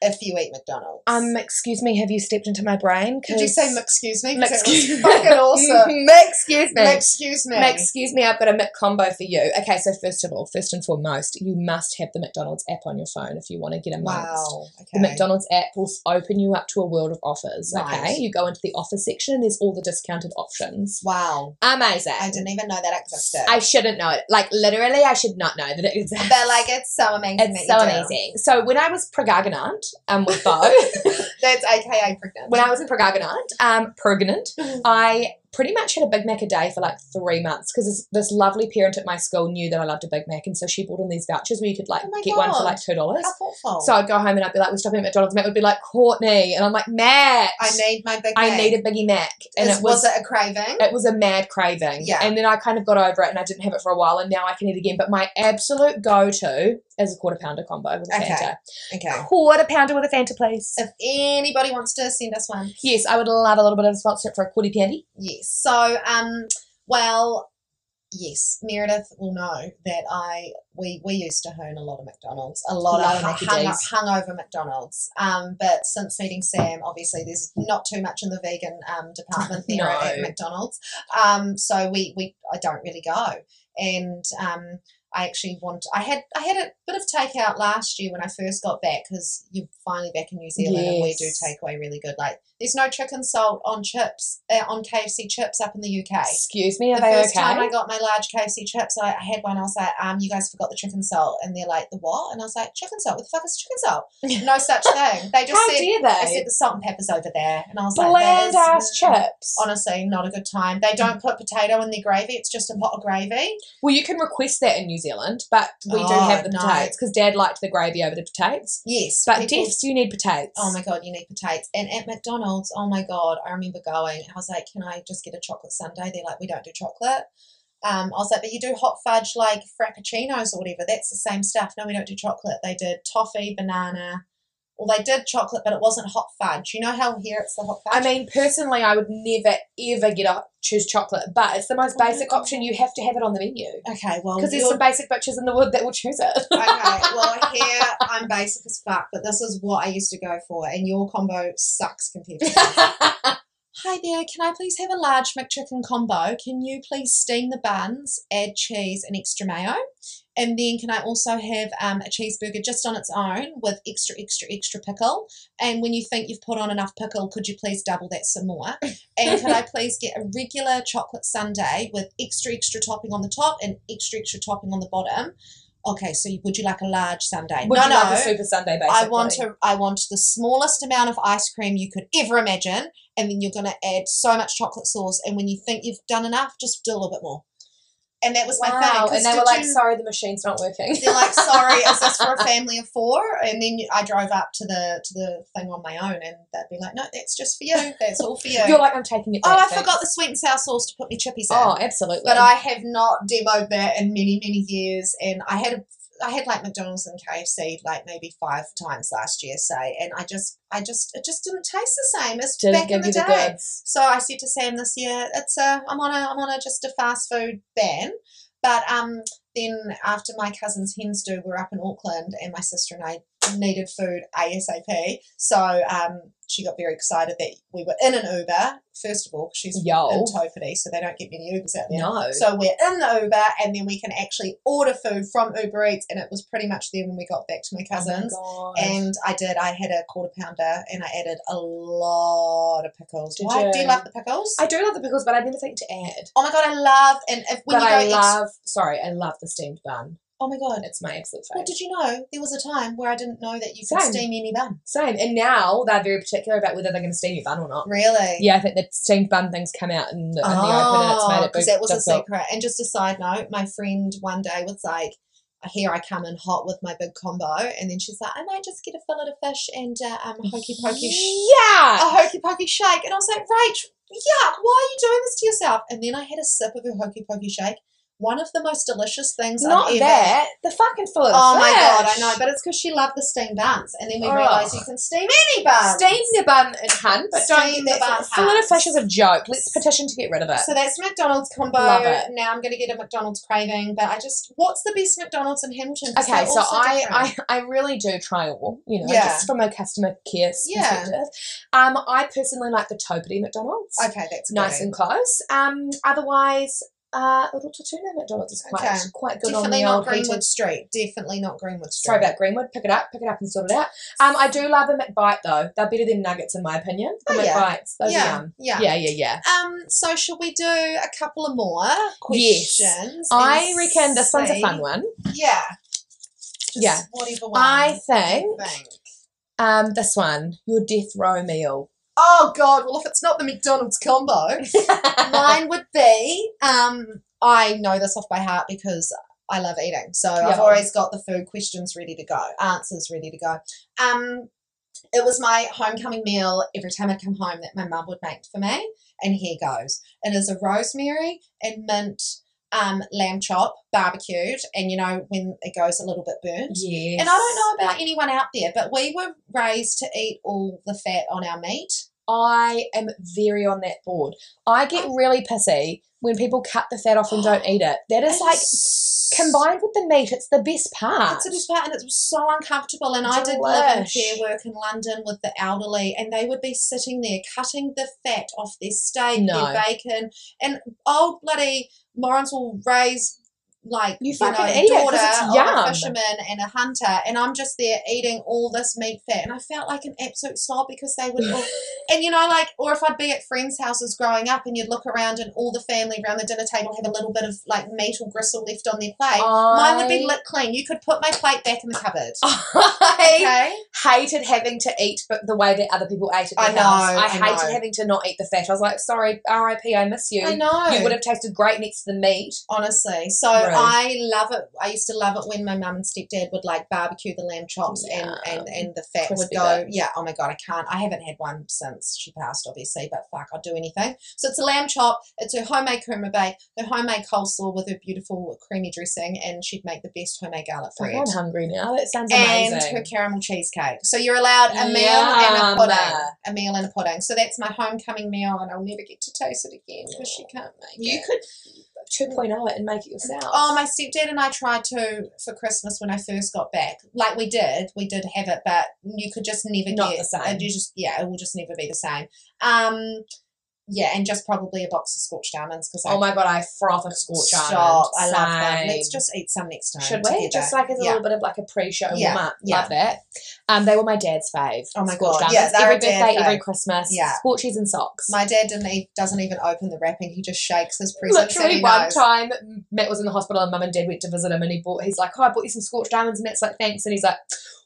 if you eat McDonald's.
Um, excuse me, have you stepped into my brain?
Could you say
'Cause-
excuse me? 'Cause it was
Excuse-
fucking awesome.
excuse me.
Excuse me.
Excuse me, I've got a Mick combo for you. Okay, so first of all, first and foremost, you must have the McDonald's app on your phone if you want to get amongst.
Wow.
The
okay.
McDonald's app will s- open you up to a world of offers. Okay,
Right.
you go into the offer section and there's all the discounted options.
Wow.
Amazing.
I didn't even know that existed.
I shouldn't know it. Like literally, I should not know that it exists.
but like, it's so amazing.
it's so
that you do.
amazing. So when I was pregnant, um, with Bo,
That's AKA pregnant.
when I was pregnant, um, pregnant,
Mm-hmm.
I pretty much had a Big Mac a day for like three months because this, this lovely parent at my school knew that I loved a Big Mac, and so she bought in these vouchers where you could like
Oh my Oh.
get one for
God.
like two dollars.
How thoughtful.
So I'd go home and I'd be like, "We're stopping at McDonald's." Matt would be like, "Courtney," and I'm like, "Matt,
I need my big.
I
Mac.
need a Biggie Mac," and
Is-
it was.
was it a craving?
it was a mad craving.
Yeah.
And then I kind of got over it and I didn't have it for a while and now I can eat again. But my absolute go to is a quarter pounder combo with a
Okay.
Fanta.
Okay.
Quarter pounder with a Fanta, please.
If anybody wants to send us one,
Yes, I would love a little bit of a sponsor for a quarter pounder.
yes. So, um, well, yes, Meredith will know that I we we used to hoon a lot of McDonald's, a lot
Love
of
Mackey
hung,
D's.
hungover McDonald's. Um, but since meeting Sam, obviously there's not too much in the vegan um department there at
No.
McDonald's. Um, so we we I don't really go, and um. I actually want. I had I had a bit of takeout last year when I first got back because you're finally back in New Zealand and we do
Yes.
takeaway really good. Like there's no chicken salt on chips uh, on KFC chips up in the UK.
Excuse me, are
The
they
first
okay?
time I got my large KFC chips, I, I had one. I was like, um, you guys forgot the chicken salt, and they're like, the what? And I was like, chicken salt. What the fuck is chicken salt? No such thing. They just
How
said
dare
they
they?
said the salt and pepper's over there, and I was like, that
Bland
is
ass chips.
Honestly, not a good time. They don't put potato in their gravy. It's just a pot of gravy.
Well, you can request that in New Zealand, but we do
Oh,
have the
no.
potatoes because Dad liked the gravy over the potatoes.
Yes,
But
people-
deaths, you need potatoes.
Oh my god, you need potatoes. And at McDonald's, oh my god, I remember going. I was like, can I just get a chocolate sundae? They're like, we don't do chocolate. Um, I was like, but you do hot fudge like frappuccinos or whatever. That's the same stuff. No, we don't do chocolate. They did toffee, banana. Well, they did chocolate, but it wasn't hot fudge. You know how here it's the hot
I
fudge.
mean, personally, I would never ever get up choose chocolate, but it's the most
Oh my
basic
God.
option. You have to have it on the menu
okay, well,
because there's
Oh, you're-
some basic bitches in the world that will choose it.
okay, well, here I'm basic as fuck, but this is what I used to go for, and your combo sucks compared to mine. Hi there, can I please have a large McChicken combo? Can you please steam the buns, add cheese and extra mayo? And then can I also have um, a cheeseburger just on its own with extra, extra, extra pickle? And when you think you've put on enough pickle, could you please double that some more? And could I please get a regular chocolate sundae with extra, extra topping on the top and extra, extra topping on the bottom? Okay, so you- would you like a large sundae?
Would
no,
you
no.
like a super Sunday basically?
I want to. I want the smallest amount of ice cream you could ever imagine, and then you're going to add so much chocolate sauce. And when you think you've done enough, just do a little bit more. And that was my thing.
Wow,
'cause
and they were
did
like,
you-
"Sorry, the machine's not working."
they're like, sorry, is this for a family of four? And then I drove up to the to the thing on my own, and they'd be like, no, that's just for you. That's all for you.
You're like, "I'm taking it."
oh, I
back,
forgot the
thanks."
sweet and sour sauce to put my chippies in
Oh, absolutely.
but I have not demoed that in many many years. And I had a, I had like McDonald's and KFC like maybe five times last year, say, and I just I just it just didn't taste the same as
didn't
back
give
in the
you
day.
the goods.
So I said to Sam this year, it's a I'm on a I'm on a just a fast food ban. But um then after my cousin's hens do we're up in Auckland and my sister and I needed food ASAP. So um she got very excited that we were in an Uber. First of all, she's in
Yo,
Tofity, so they don't get many Ubers out there.
no.
So we're in the Uber, and then we can actually order food from Uber Eats, and it was pretty much there when we got back to my cousins.
Oh my God.
and I did. I had a quarter pounder, and I added a lot of pickles.
Did
Why do
you?
you love the pickles?
I do love the pickles, but I never think to add.
oh my god, I love and if when
but
you go
I
ex-
love, sorry, I love the steamed bun.
oh my god.
It's my absolute
Well,
favorite.
did you know there was a time where I didn't know that you could
Same.
steam any bun?
Same. And now they're very particular about whether they're going to steam your bun or not.
Really?
Yeah, I think the steamed bun things come out in the, in the open and it's made it
because
very
Oh, that was a
difficult.
secret. And just a side note, my friend one day was like, "Here I come in hot with my big combo," and then she's like, "I might just get a fillet of fish and uh, um, a hokey pokey, sh- a
Yeah!
hokey pokey shake." And I was like, "Rach, yuck! Why are you doing this to yourself?" And then I had a sip of her hokey pokey shake. one of the most delicious things
Not
I've ever.
that. The fucking full of
Oh my god, I
fish.
know, but it's because she loved the steamed buns, and then we
Oh.
realised you can steam any buns.
Steam the bun and hunt, but don't
Steam
steam
the
the
bun
Fillet
hunt.
of fish is a joke. Let's petition to get rid of it.
So that's McDonald's combo.
Love it.
Now I'm going to get a McDonald's craving, but I just what's the best McDonald's in Hamilton? 'Cause
okay,
they're
so
all
I,
different.
I I really do try all, you know,
Yeah.
just from a customer care s-
Yeah.
perspective. Um, I personally like the Topity McDonald's.
okay, that's
nice
good.
and close. Um, otherwise, uh, Rotortuna McDonald's is quite
Okay.
quite good
Definitely
on the
not
old
Greenwood
heated.
Street. Definitely not Greenwood Street.
Sorry about Greenwood. Pick it up, pick it up, and sort it out. Um, I do love a McBite though. They're better than nuggets in my opinion. The
Oh, yeah.
McBites, those
yeah,
are yum.
yeah,
Yeah, yeah, yeah.
Um, so shall we do a couple of more
Yes.
questions?
I
and
reckon this one's a
see-
fun one.
Yeah. Just
Yeah.
Whatever one.
I
you
think
think.
um, this one, your death row meal.
Oh God! Well, if it's not the McDonald's combo, mine would be. Um, I know this off by heart because I love eating, so I've
Yeah.
always got the food questions ready to go, answers ready to go. Um, it was my homecoming meal every time I come home that my mum would make for me, and here goes. It is a rosemary and mint um, lamb chop barbecued, and you know when it goes a little bit burnt.
yes.
And I don't know about anyone out there, but we were raised to eat all the fat on our meat.
I am very on that board. I get really pissy when people cut the fat off and don't eat it. That is like combined with the meat, it's the best part.
It's a dispatch, and it was so uncomfortable. And I did live in
Delish.
fair work in London with the elderly, and they would be sitting there cutting the fat off their steak,
No.
their bacon, and old bloody morons will raise like
You fucking eat it, 'cause
daughter
it's
of a
yum.
fisherman and a hunter, and I'm just there eating all this meat fat, and I felt like an absolute slob because they would all and you know, like, or if I'd be at friends' houses growing up and you'd look around and all the family around the dinner table have a little bit of like meat or gristle left on their plate, mine would be
I-
lit clean. You could put my plate back in the cupboard.
I
Okay?
hated having to eat, but the way that other people ate at
I
their
know,
house. I,
I
hated
know.
having to not eat the fat. I was like, sorry, R.I.P. I miss you.
I know.
You would have tasted great next to the meat.
Honestly, so I
Right.
love it. I used to love it when my mum and stepdad would like barbecue the lamb chops and, and
Yum.
and the fat
Crispy
would go. Yeah, oh my god, I can't. I haven't had one since she passed, obviously, but fuck, I'll do anything. So it's a lamb chop. It's her homemade kurma bake, her homemade coleslaw with her beautiful creamy dressing, and she'd make the best homemade garlic
Fuck,
bread.
I'm hungry now. That sounds
and
amazing.
her caramel cheesecake. So you're allowed a meal and a
Yum.
pudding. A meal and a pudding. So that's my homecoming meal, and I'll never get to taste it again because she can't make
You
it.
could 2.0 it and make it yourself.
Oh, my stepdad and I tried to for Christmas when I first got back. Like we did, we did have it, but you could just never
Not
get
the same.
uh, You just yeah, it will just never be the same. Um, yeah, and just probably a box of scorched almonds because
Oh my god, I froth a scorch
stop, I
almond.
love them.
Same.
Let's just eat some next time.
should we
together.
just like as a
Yeah.
little bit of like a pre-show
Yeah,
warm up?
yeah.
Love that. Um, they were my dad's fave.
Oh my
Scorched
God, yeah,
almonds.
they're
every
a dad's
birthday, every
fave.
Christmas.
Yeah.
scorchies and socks.
My dad didn't. He doesn't even open the wrapping. He just shakes his presents. and
Literally
he
one
knows.
time, Matt was in the hospital and mum and dad went to visit him and he bought. He's like, "Oh, I bought you some scorched almonds," and Matt's like, "Thanks," and he's like,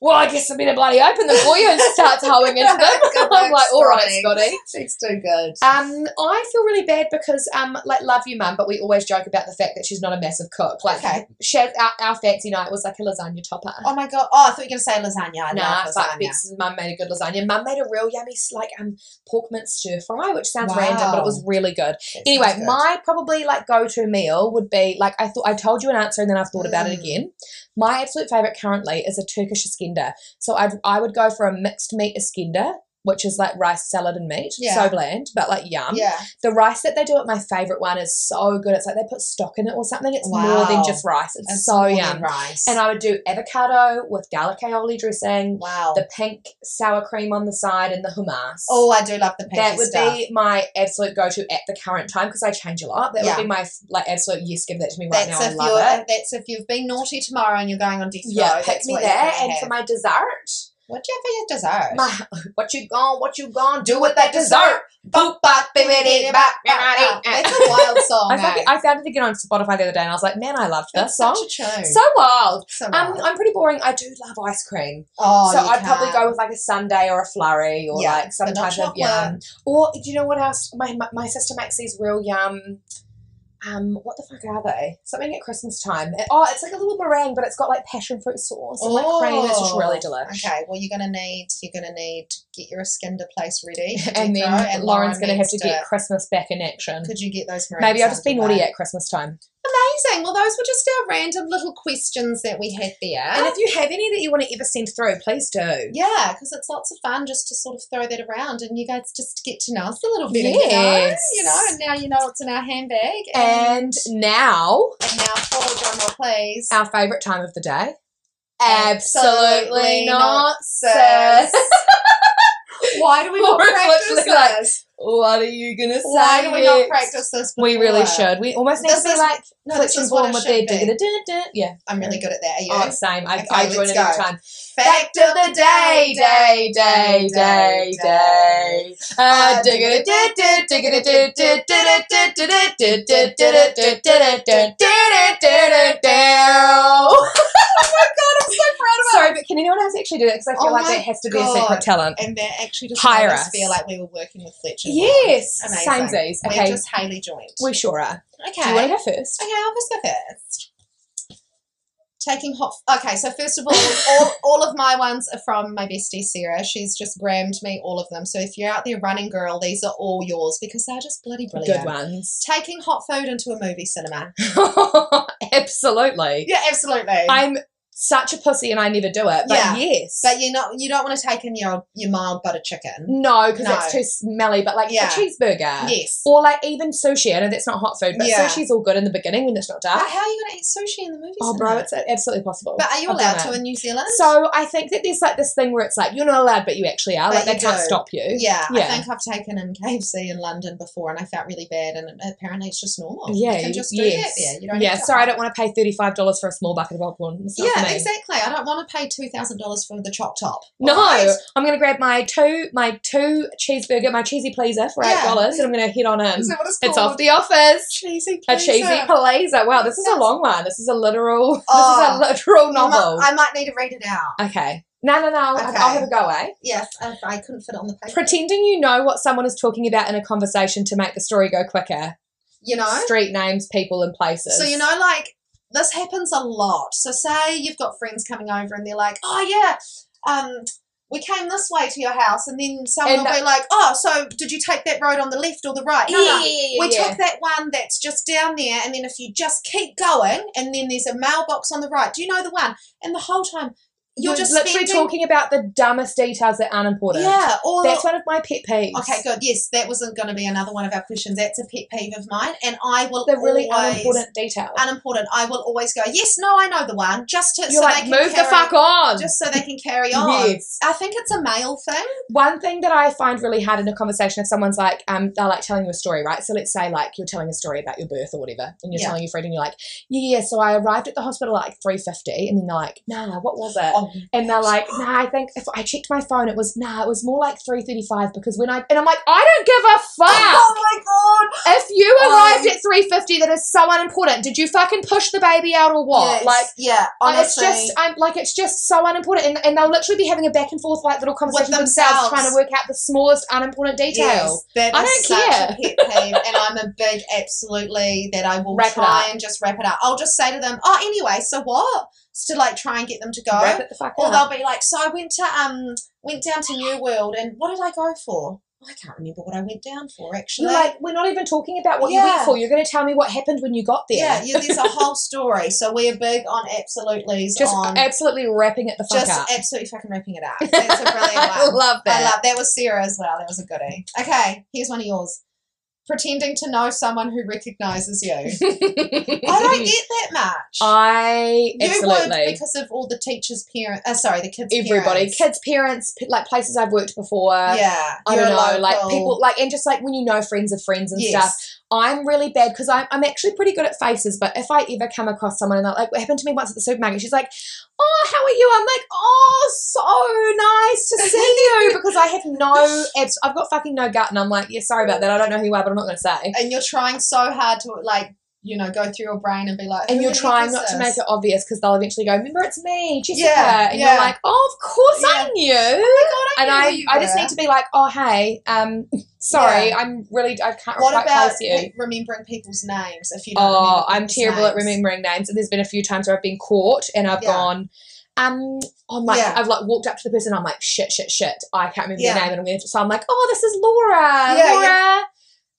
"Well, I guess I better bloody open them for you," and starts hoeing into them.
Good
I'm
work,
like, "All right,
Scotty."
Scotty."
She's too good.
Um, I feel really bad because um, like love you, mum, but we always joke about the fact that she's not a massive cook. Like,
Okay.
she, our, our fancy night was like a lasagna topper.
Oh my god! Oh, I thought you were gonna say lasagna. I
Nah,
love
fuck
lasagna.
Bex's mum made a good lasagna. Mum made a real yummy like um pork mint stir fry, which sounds
Wow.
random, but it was really good.
That
Anyway,
sounds good.
my probably like go to meal would be like I thought I told you an answer and then I've thought about it
Mm.
again. My absolute favorite currently is a Turkish iskender. So I I would go for a mixed meat iskender, which is like rice salad and meat.
Yeah.
So bland, but like yum.
yeah,
The rice that they do at my favorite one is so good. It's like they put stock in it or something. It's more
Wow.
than just rice. It's,
and
so
more than
yum.
rice.
And I would do avocado with garlic aioli dressing,
wow.
the pink sour cream on the side, and the hummus.
oh, I do love the pinky
that would
stuff.
be my absolute go-to at the current time because I change a lot. That
Yeah.
would be my like absolute yes. Give that to me right
that's
now. I
if you're.
love it.
That's if you've been naughty tomorrow and you're going on death row.
Yeah, pick
that's
me
what you're
there.
gonna
And
have.
for my dessert,
what do you have for your dessert?
my what you gone? What you gone? Do
with
with that dessert? Boop bop bip bip bop bop.
That's a wild song.
I, fucking,
eh?
I found it again on Spotify the other day, and I was like, man, I loved
That's
this song.
such a tune.
So wild.
So
Um,
wild.
I'm pretty boring. I do love ice cream.
oh,
so
you
I'd probably
can't.
go with like a sundae or a flurry or
Yeah,
like some
but not
type of yum. Or do you know what else? My my- my sister makes these real yum. Um, what the fuck are they? Something at Christmas time. It- oh, it's like a little meringue, but it's got like passion fruit sauce and like cream. It's just really
Oh,
delicious.
Okay, well you're gonna need you're gonna need to get your Iskender place ready, for
And then
Jethro, Lauren
Lauren's gonna have
needs
to get Christmas back in action.
Could you get those?
Maybe I'll just be
meringues
naughty
underway?
at Christmas time.
Amazing. Well, those were just our random little questions that we had
And
there.
if you have any that you want to ever send through, please do.
Yeah, because it's lots of fun just to sort of throw that around and you guys just get to know us a little bit.
Yes.
You, know, you know, and now you know it's in our handbag.
And now,
and now for drum roll, please.
our favourite time of the day.
Absolutely not,
sis.
Why do we not
Or it's
practice
literally like,
this?
what are you gonna say?
Why do we not
next?
practice this?
We really
before?
should. We almost need
This
to be
is-
like
No, this
Fletch
is
and
what
Vaughan
it
with their
should be.
digga da Yeah.
I'm really good at that. Are you?
Oh, same. I,
Okay,
I join
let's
it every
go.
time.
Fact of the day, day, day, day, day.
Uh, digga da da digga da da da da da da da da da da da da da da da da da. Sorry, but can anyone else actually do that? Because I feel
Oh
like
my
that has to be a
God.
secret talent.
And that actually just
Hire
made us
us.
feel like we were working with Fletcher.
Yes,
Amazing.
samesies.
We're
Okay,
just Haley joint.
we sure are.
okay.
Do you want to go first?
Okay, I'll go first. Taking hot. Okay, so first of all, all, all of my ones are from my bestie Sarah. She's just grammed me all of them. So if you're out there running, girl, these are all yours because they're just bloody brilliant.
Good ones.
Taking hot food into a movie cinema.
Absolutely.
Yeah, absolutely.
I'm such a pussy and I never do it. But
Yeah.
yes.
but you're not. You don't want to take in your your mild butter chicken.
no, because
No.
it's too smelly. But like
Yeah.
a cheeseburger.
Yes.
Or like even sushi. I know that's not hot food, but
Yeah.
sushi's all good in the beginning when it's not dark.
But how are you going to eat sushi in the movie
Oh,
cinema?
bro, it's absolutely possible.
But are you
I've
allowed
done
to
it.
in New Zealand?
So I think that there's like this thing where it's like you're not allowed, but you actually are.
But
like they
you
can't
do.
stop you.
Yeah, I
Yeah.
think I've taken in KFC in London before, and I felt really bad. And apparently, it's just normal.
Yeah,
you can just do
yes.
that there. You don't
yeah,
have to-
sorry, I don't want to pay thirty five dollars for a small bucket of popcorn. It's not for
Yeah,
me.
exactly. I don't want to pay two thousand dollars for the chop top.
No,
Alright.
I'm gonna grab my two my two cheeseburger, my cheesy pleaser for
Yeah.
eight dollars, and I'm gonna head on in.
Is that what it's
Um, It's
called?
off the office.
cheesy.
A cheesy
pleaser.
pleaser. Wow, this is a long one. This is a literal.
Oh.
this is a literal
You might-
novel.
I might need to read it out.
okay. No, no, no.
Okay.
I'll have a go. Eh?
Yes, I, I couldn't fit it on the paper.
Pretending you know what someone is talking about in a conversation to make the story go quicker.
you know.
Street names, people, and places.
So you know, like this happens a lot. So say you've got friends coming over and they're like, "Oh yeah, um, we came this way to your house," and then someone
And
will
that-
be like, "Oh, so did you take that road on the left or the right?" No, no. We took that one that's just down there, and then if you just keep going, and then there's a mailbox on the right. Do you know the one? And the whole time you're, just
literally
spending-
talking about the dumbest details that aren't important.
Yeah, or
That's one of my pet peeves.
okay, good. Yes, that was going to be another one of our questions. That's a pet peeve of mine, and I will
The really
always
unimportant detail.
unimportant. I will always go, yes, no, I know the one, just to,
You're
so
like,
they can
move the
carry,
fuck on.
just so they can carry on.
Yes.
I think it's a male thing.
One thing that I find really hard in a conversation if someone's like, um, they're like telling you a story, right? So let's say like you're telling a story about your birth or whatever, and you're
Yeah.
telling your friend, and you're like, yeah, yeah. So I arrived at the hospital at like three fifty, and then they're like, nah, what was it?
Oh,
And they're like, nah, I think if I checked my phone, it was nah, it was more like three thirty five because when I and I'm like, I don't give a fuck.
Oh my god!
If you
Oh.
arrived at three fifty, that is so unimportant. Did you fucking push the baby out or what?
Yes,
Like.
yeah,
Like,
honestly,
it's just I'm like it's just so unimportant, and, and they'll literally be having a back and forth like little conversation with
themselves.
themselves, trying to work out the smallest unimportant detail.
Yes, that
I
is
don't
such
care.
a pet peeve, and I'm a big absolutely that I will
Wrap it
try
up.
and just wrap it up. I'll just say to them, "Oh, anyway, so what?" Just to like try and get them to go,
Wrap it the fuck
or
up.
they'll be like, "So I went to um went down to New World, and what did I go for?" I can't remember what I went down for actually.
You're like, we're not even talking about what you
Yeah.
went for. You're going to tell me what happened when you got there.
Yeah, yeah, there's a whole story. So we're big on absolutely's
just
on
absolutely wrapping it the fuck
just
up.
absolutely fucking wrapping it up. That's a
I
brilliant one.
love
I
that.
love that was Sarah as well. That was a goodie. Okay, here's one of yours. Pretending to know someone who recognizes you. I don't get that much.
I
you would
absolutely
because of all the teachers' parents. Uh, sorry, the kids'
everybody,
parents.
kids, parents, p- like places I've worked before.
Yeah,
I
you're
don't
a
know, like
local-
people, like, and just like when you know friends of friends and
Yes.
stuff. I'm really bad because I'm, I'm actually pretty good at faces, but if I ever come across someone and they're like, what happened to me once at the supermarket? She's like, oh, how are you? I'm like, oh, so nice to see you because I have no, abs- I've got fucking no gut and I'm like, yeah, sorry about that. I don't know who you are, but I'm not going to say.
and you're trying so hard to like you know go through your brain and be like,
And
"Who
you're
the heck
trying
is
not to
this?"
make it obvious because they'll eventually go, remember it's me, Jessica.
Yeah,
and
yeah.
you're like, oh, of course I knew.
Oh my
And
God, I knew
I,
you
I just
were.
need to be like, oh, hey, um, sorry,
Yeah.
I'm really, I can't
What
quite
about
place you.
pe- remembering people's names? If you don't
Oh,
remember
I'm
people's
terrible at
names?
remembering names. And there's been a few times where I've been caught and I've
Yeah.
gone, um, I'm like,
Yeah.
I've like walked up to the person. I'm like, shit, shit, shit. I can't remember
Yeah.
your name. And I'm gonna, so I'm like, oh, this is Laura.
Yeah,
Laura,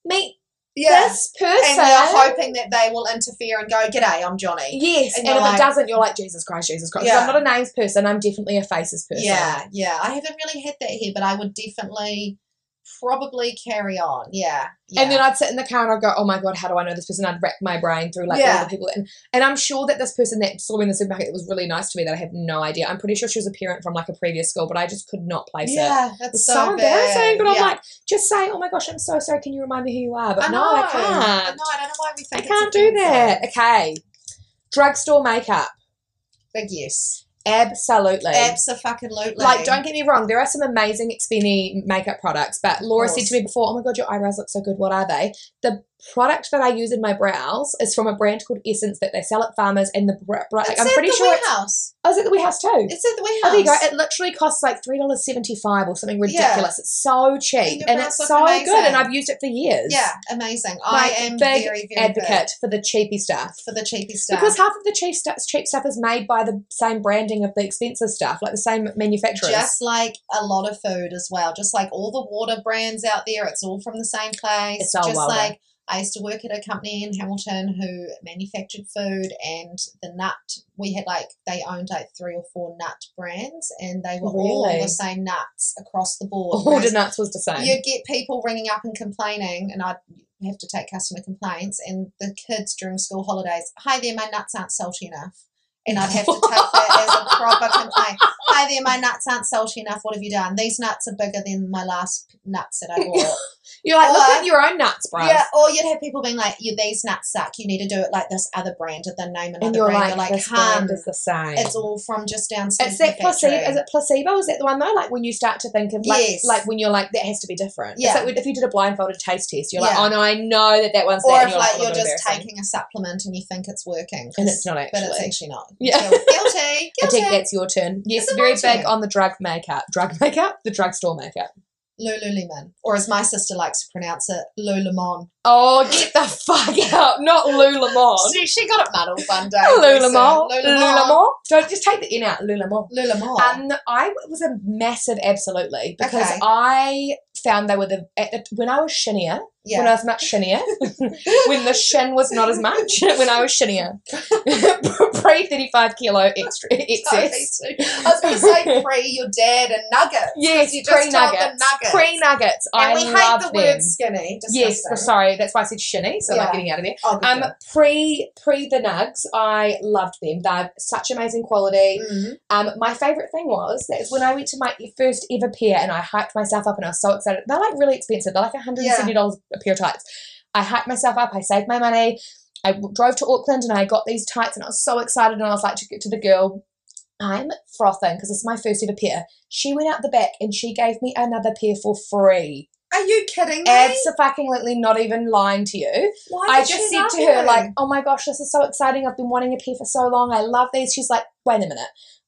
meet
yeah.
this person.
And they're hoping that they will interfere and go, G'day, I'm Johnny.
Yes,
And
and,
you're
if
like-
it doesn't, you're like Jesus Christ, Jesus Christ. 'Cause
Yeah.
I'm not a names person. I'm definitely a faces person.
Yeah, yeah. I haven't really had that here, but I would definitely probably carry on. Yeah. yeah.
And then I'd sit in the car and I'd go, oh my God, how do I know this person? I'd rack my brain through like
Yeah.
all the people. And, and I'm sure that this person that saw me in the supermarket that was really nice to me that I have no idea. I'm pretty sure she was a parent from like a previous school, but I just could not place it.
yeah, that's
It's
so,
so,
bad.
embarrassing. But
yeah.
I'm like, just say, oh my gosh, I'm so sorry. Can you remind me who you are? But
I
no, I
know. I
can't.
know. I don't know why we
I
think it's
can't do that.
offensive.
Okay. Drugstore makeup.
Big yes.
Absolutely.
Absolutely.
Like, don't get me wrong, there are some amazing Expenny makeup products, but Laura said
course.
to me before, Oh my god, your eyebrows look so good, what are they? The product that I use in my brows is from a brand called Essence that they sell at farmers, and the br- br- like,
It's
I'm
at
pretty
the
sure it's,
warehouse.
oh, is it the warehouse too?
It's at the warehouse.
Oh, there you go. It literally costs like three dollars seventy five or something ridiculous. It's so cheap
your
and
brows
it's
look
so good,
amazing.
and I've used it for years.
yeah, amazing. I
like,
am
big
very, very
advocate
good
for the cheapy stuff.
for the cheapest stuff.
Because half of the cheap stuff, cheap stuff is made by the same branding of the expensive stuff, like the same manufacturers.
just like a lot of food as well, just like all the water brands out there, it's all from the same place.
It's all
just
well done.
like I used to work at a company in Hamilton who manufactured food, and the nut we had like they owned like three or four nut brands, and they were all the
Really? Oh,
same nuts across the board.
All
whereas
the nuts was the same.
you get people ringing up and complaining, and I'd have to take customer complaints. And the kids during school holidays, hi there, my nuts aren't salty enough. And I'd have to take that as a proper complaint. Hi there, my nuts aren't salty enough. What have you done? These nuts are bigger than my last nuts that I bought.
You're like, look
Or-
at your own nuts, bro.
yeah, or you'd have people being like, "You these nuts suck. You need to do it like this other brand or then name another
And you're
brand."
like,
you're like,
this
"Hun,
brand is the same.
it's all from just downstairs.
It's
from
that
the
placebo.
factory."
Is it placebo? Is that the one though? Like when you start to think of like,
Yes.
like when you're like, that has to be different. It's
Yeah.
like when- if you did a blindfolded taste test, you're
Yeah.
like, oh no, I know that that one's
or
that.
if like
oh,
you're
that's
just
embarrassing.
taking a supplement and you think it's working,
and
'cause-
it's not actually.
but it's actually not.
yeah.
Guilty. Guilty.
I
guilty.
think that's your turn. Yes,
It's
very
my turn.
big on the drug makeup. Drug makeup? The drugstore makeup.
Lululemon, or as my sister likes to pronounce it, Lulamon.
Oh, get the fuck out. Not Lulamon.
She, she got it muddled one day.
Lulamon.
Lucy. Lulamon.
Lulamon. Don't just take the N out. Lulamon.
Lulamon.
Um, I was a massive absolutely because
Okay.
I found they were the at the, when I was shinier, when I
yeah.
was much shinier, when the shin was not as much, when I was shinier, pre thirty five kilo extra excess.
Totally too. I was going to say pre your dad and nuggets.
Yes,
You just
pre
told the
nuggets,
nuggets.
pre nuggets.
And
I
we
love
hate the
them.
word skinny. Disgusting.
Yes, sorry, that's why I said shinny. So I'm
Yeah.
not getting out of there.
Oh, good
Um,
girl.
pre pre the nugs, I loved them. They're such amazing quality.
Mhm.
Um, my favorite thing was that is when I went to my first ever pair and I hyped myself up and I was so excited. They're like really expensive. They're like $170 a pair of tights. I hyped myself up. I saved my money. I w- drove to Auckland and I got these tights and I was so excited and I was like to, to the girl, I'm frothing because this is my first ever pair. She went out the back and she gave me another pair for free.
Are you kidding me?
Absolutely not even lying to you.
Why
I
did
just
she
said
love
to her,
you?
like, oh my gosh, this is so exciting. I've been wanting a pair for so long. I love these. She's like, wait a minute.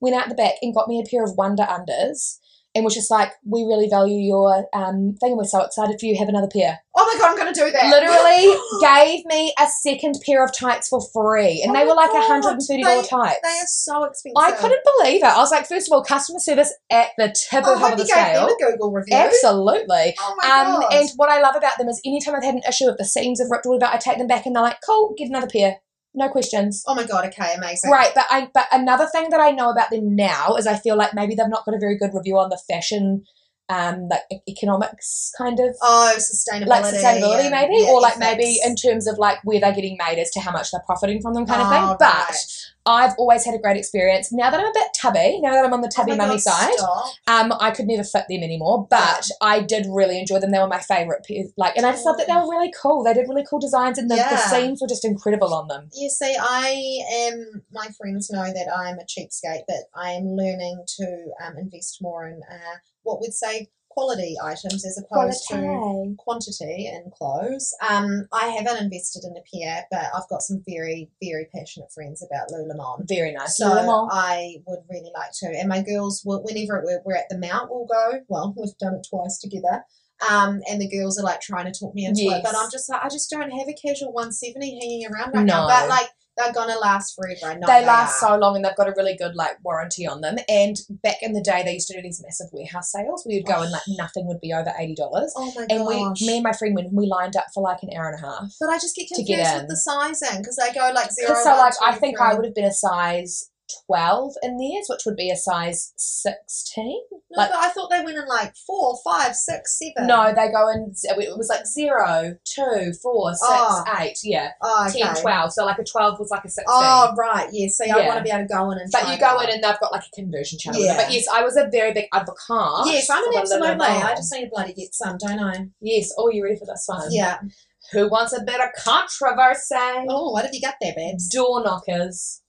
Went out the back and got me a pair of Wonder Unders and was just like, we really value your um, thing and we're so excited for you. Have another pair.
oh my god, I'm going to do that.
Literally gave me a second pair of tights for free. And
Oh
they
my
were like
God.
$130 tights.
they are so expensive.
I couldn't believe it. I was like, first of all, customer service at the tip
I
of top
hope
of
you
the
gave them
scale.
a Google review.
Absolutely.
Oh my
Um,
god.
and what I love about them is anytime I've had an issue with the seams have ripped all about, I take them back and they're like, cool, get another pair. No questions.
oh my god, okay, amazing.
Right, but I but another thing that I know about them now is I feel like maybe they've not got a very good review on the fashion um like e- economics kind of
Oh, sustainability.
like sustainability
and-
maybe
yeah,
or like
ethics.
maybe in terms of like where they're getting made as to how much they're profiting from them kind of
Oh,
thing. But
right.
I've always had a great experience. Now that I'm a bit tubby, now that I'm on the
Oh
tubby
my
mummy
God,
side,
stop.
um, I could never fit them anymore, but I did really enjoy them. They were my favorite pair. Like, and I just thought that they were really cool. They did really cool designs, and the, the
Yeah.
seams were just incredible on them.
You see, I am. My friends know that I'm a cheapskate, but I am learning to um, invest more in uh, what we'd say quality items as opposed to
Quality.
quantity in clothes. Um, I haven't invested in a pair, but I've got some very, very passionate friends about Lululemon.
Very nice.
So uh,
Lululemon.
I would really like to. And my girls, will, whenever we're, we're at the Mount, we'll go. Well, we've done it twice together. Um, and the girls are like trying to talk me into it, but
Yes.
I'm just like, I just don't have a casual 170 hanging around right now.
No.
But like, They're gonna last forever. I know
they last
are.
so long and they've got a really good like warranty on them. And back in the day, they used to do these massive warehouse sales where you'd go and like nothing would be over eighty dollars.
Oh my
And
gosh.
we, me and my friend, when we lined up for like an hour and a half.
but I just get
to
confused
get in.
with the sizing because they go like zero.
Because so
one,
like
two,
I think I
three.
would have been a size twelve in theirs, which would be a size sixteen.
No,
like-
but I thought they went in like four, five, six, seven.
No, they go in. It was like zero, two, four, six, eight.
Oh.
Yeah,
oh, okay.
ten, twelve. So like a twelve was like a sixteen.
Oh right, yeah. See, I
Yeah.
want to be able to go in and.
But
try
you
it
go
out.
in and they've got like a conversion channel.
Yeah.
But yes, I was a very big advocate.
Yes, I'm
for
an
the
absolute
little
lay. I
mile.
just need to bloody get some, don't I?
Yes. Oh, you ready for this one?
Yeah.
Who wants a bit of controversy?
Oh, what have you got there, babes?
Door knockers.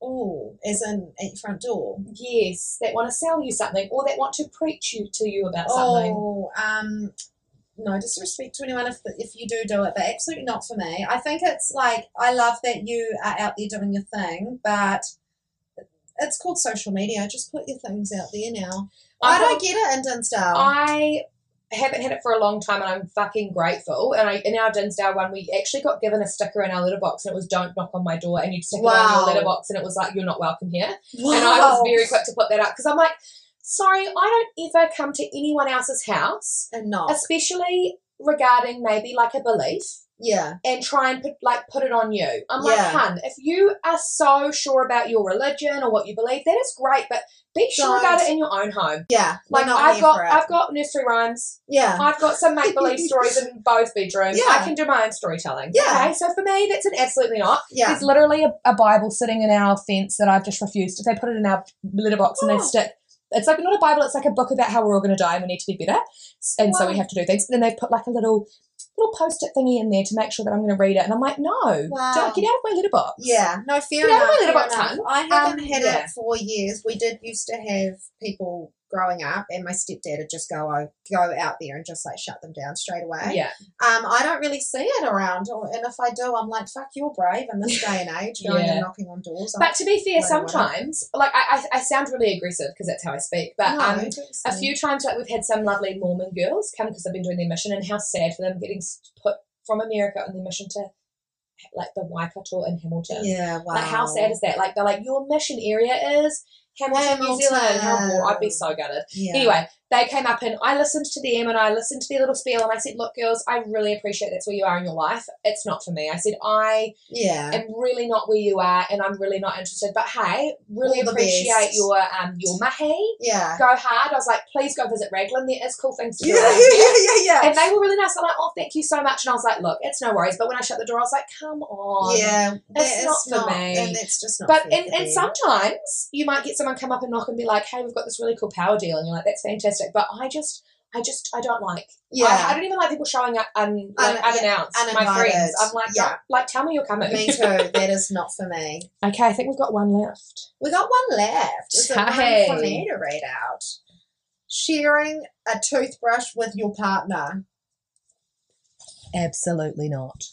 Oh, as in at your front door.
Yes, that want to sell you something or that want to preach you to you about something.
Oh, um, no disrespect to anyone if if you do do it, but absolutely not for me. I think it's like I love that you are out there doing your thing, but it's called social media. Just put your things out there now. I
I've got-
don't get it, Indian style.
I haven't had it for a long time, and I'm fucking grateful. And I, in our Dinsdale one, we actually got given a sticker in our letterbox, and it was "Don't knock on my door," and you'd stick it on
Wow.
your letterbox, and it was like "You're not welcome here."
Wow.
And I was very quick to put that up because I'm like, sorry, I don't ever come to anyone else's house,
and not
especially regarding maybe like a belief.
yeah.
And try and put like put it on you. I'm like,
Yeah.
hun, if you are so sure about your religion or what you believe, that is great, but be sure about it
Don't.
in your own home.
Yeah, we're
Like
not
I've
here
got
for it.
I've got nursery rhymes.
yeah,
I've got some make believe stories in both bedrooms.
Yeah.
I can do my own storytelling.
Yeah.
Okay, so for me that's an absolutely not.
yeah.
There's literally a, a Bible sitting in our fence that I've just refused. If they put it in our letterbox and
Oh.
they stick it's like not a Bible, it's like a book about how we're all gonna die and we need to be better. S- And so we
Wow.
have to do things. And then they've put like a little little post-it thingy in there to make sure that I'm gonna read it. And I'm like, no,
Wow.
don't get out of my letterbox.
Yeah, no, fair
You know,
enough.
my
fair
letterbox
enough.
time.
I haven't
Um,
had
yeah.
it for years. We did used to have people growing up, and my stepdad would just go o- go out there and just like shut them down straight away.
Yeah.
Um, I don't really see it around, or, and if I do, I'm like, fuck, you're brave in this day and age, going
Yeah.
and knocking on doors. I'm
But to be
Right,
fair,
right.
sometimes like I, I, I sound really aggressive because that's how I speak, but
like,
um
no, don't
a
say-
few times like we've had some lovely mormon girls come because they've been doing their mission and how sad for them getting s- put from america on their mission to like the waikato and hamilton
Yeah, wow.
like how sad is that like they're like your mission area is hamilton, new zealand how
Hamilton.
war- i'd be so gutted
Yeah.
anyway they came up and i listened to them and i listened to their little spiel and i said look girls i really appreciate that's where you are in your life it's not for me i said i
yeah.
am really not where you are and i'm really not interested but hey really
All the
appreciate
best.
your um your mahi
yeah.
go hard. I was like, please go visit Raglan. There is cool things to do.
Yeah,
around
yeah,
here.
yeah, yeah, yeah.
And they were really nice. I'm like, oh, thank you so much. And I was like, look, it's no worries. But when I shut the door, I was like, come on.
yeah, that
It's
is
not for me.
and it's just not.
But
fair
and,
for
and
them.
sometimes you might get someone come up and knock and be like, hey, we've got this really cool power deal, and you're like, that's fantastic. But I just, I just, I don't like. I, I
yeah,
don't even like people showing up un, like,
Un- yeah,
unannounced. my
uninvited.
friends, I'm like,
Yeah.
like, tell me you're coming.
me too. That is not for me.
okay, I think we've got one left.
We got one left. Is it one
Hey.
for me to read out? Sharing a toothbrush with your partner.
Absolutely not.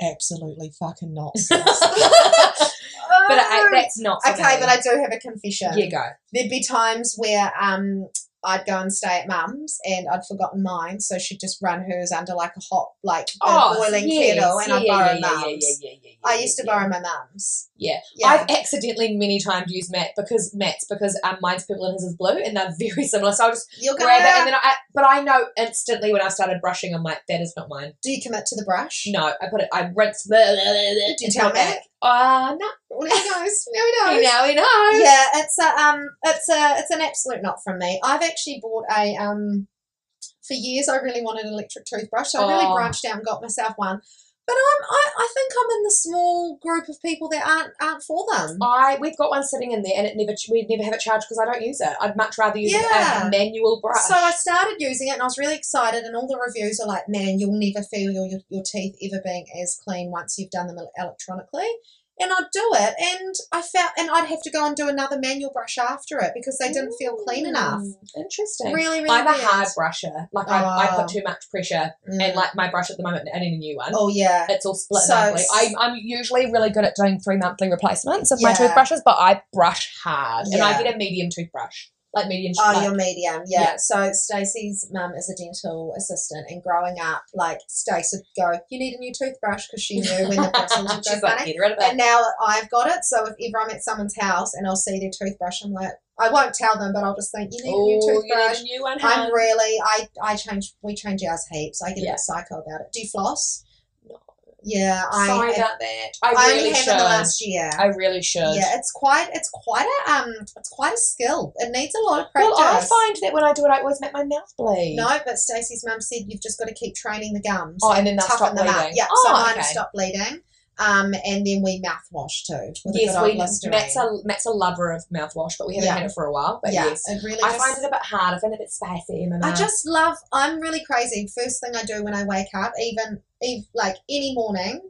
Absolutely fucking not.
but I, that's not. for
Oh! okay,
me.
but I do have a confession.
yeah, go.
There'd be times where um I'd go and stay at mum's and I'd forgotten mine, so she'd just run hers under like a hot, like a boiling
yes,
kettle, and
Oh, yeah,
I'd borrow
yeah, yeah, yeah,
mum's.
yeah, yeah, yeah,
I
yeah,
used to
yeah.
borrow my mum's.
Yeah.
Yeah.
I've accidentally many times used Matt because Matt's because um, mine's purple and his is blue and they're very similar. So I'll just
You're gonna,
grab it and then I, but I know instantly when I started brushing, I'm like, that is not mine.
do you commit to the brush?
No, I put it, I rinse. Blah, blah, blah, blah,
you tell Matt?
Uh, no.
Well, he knows. Now he knows.
Now he knows.
yeah, it's a um, it's a it's an absolute not from me. I've actually bought a um, for years I really wanted an electric toothbrush, so I really
Oh.
branched out and got myself one. But I'm I, I think I'm in the small group of people that aren't aren't for them.
I we've got one sitting in there and it never we'd never have it charged because I don't use it. I'd much rather use
Yeah.
a manual brush.
So I started using it and I was really excited, and all the reviews are like, man, you'll never feel your, your, your teeth ever being as clean once you've done them el- electronically. And I'd do it, and I felt, and I'd have to go and do another manual brush after it because they didn't feel clean enough.
Mm, Interesting.
Really, really
I'm a
weird.
hard brusher. Like I, I
Oh.
put too much pressure
Mm.
and like my brush at the moment, I need a new one.
oh yeah,
It's all split
So-
monthly. I'm, I'm usually really good at doing three monthly replacements of my
Yeah.
toothbrushes, but I brush hard and I
Yeah.
get a medium toothbrush. like medium.
Oh,
like-
your medium, yeah.
Yeah.
So Stacey's mum is a dental assistant, and growing up, like Stacey would go, "You need a new toothbrush," because she knew when the bristles would go
She's like,
funny.
get rid of
And
it.
now I've got it. So if ever I'm at someone's house and I'll see their toothbrush, I'm like, I won't tell them, but I'll just think, "You need a new
Oh, you
toothbrush."
need a new one. hun.
I'm really, I, I change, we change ours heaps. I get a
Yeah.
bit psycho about it. Do you floss?
No.
Yeah, I.
Sorry
have-
about that. I
I
really
only have
should.
in the last year.
I really should.
yeah, it's quite, it's quite a, um, it's quite a skill. It needs a lot of practice.
Well, I find that when I do it, I always make my mouth bleed.
No, but Stacey's mum said you've just got to keep training the gums.
Oh, and then they'll stop
toughen them
bleeding.
up. Yeah,
oh,
so mine
okay.
stop bleeding. Um, and then we mouthwash too. With a
Yes,
good old
we,
Listerine.
Matt's, a, Matt's a lover of mouthwash, but we haven't
Yeah.
had it for a while. But
yeah,
yes.
it really.
I
Just,
find it a bit hard. I find it a bit spicy. In my
I
mouth.
just love. I'm really crazy. First thing I do when I wake up, even, even like any morning,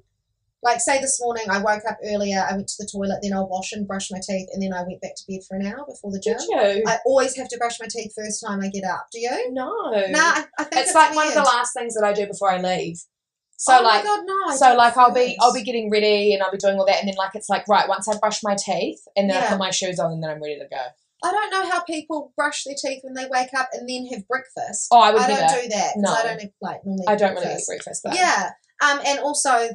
like say this morning, I woke up earlier. I went to the toilet, then I'll wash and brush my teeth, and then I went back to bed for an hour before the gym.
Did you?
I always have to brush my teeth first time I get up. Do you?
no.
Nah, I, I think
it's, like one of the
weird.
last things that I do before I leave. So
oh my
like
God, no, I do
so
it
like I'll be I'll be
first.
getting ready and I'll be doing all that and then like it's like right once I brush my teeth and then I
Yeah.
put my shoes on and then I'm ready to go.
I don't know how people brush their teeth when they wake up and then have breakfast.
Oh, I would
I
do
don't
that.
do that because
No.
I don't have, like normally.
I don't
have
really eat
breakfast.
breakfast, but
Yeah. Um, and also,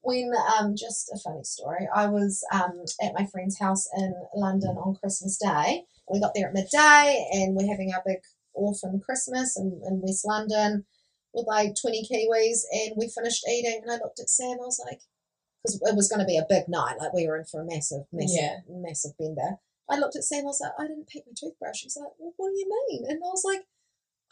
when um, just a funny story, I was um, at my friend's house in London on Christmas Day. We got there at midday, and we're having our big orphan Christmas in, in West London with like twenty Kiwis, and we finished eating, and I looked at Sam, I was like, because it was going to be a big night, like we were in for a massive, massive,
Yeah.
massive bender. I looked at Sam, I was like, I didn't pick my toothbrush. He's like, well, what do you mean? And I was like.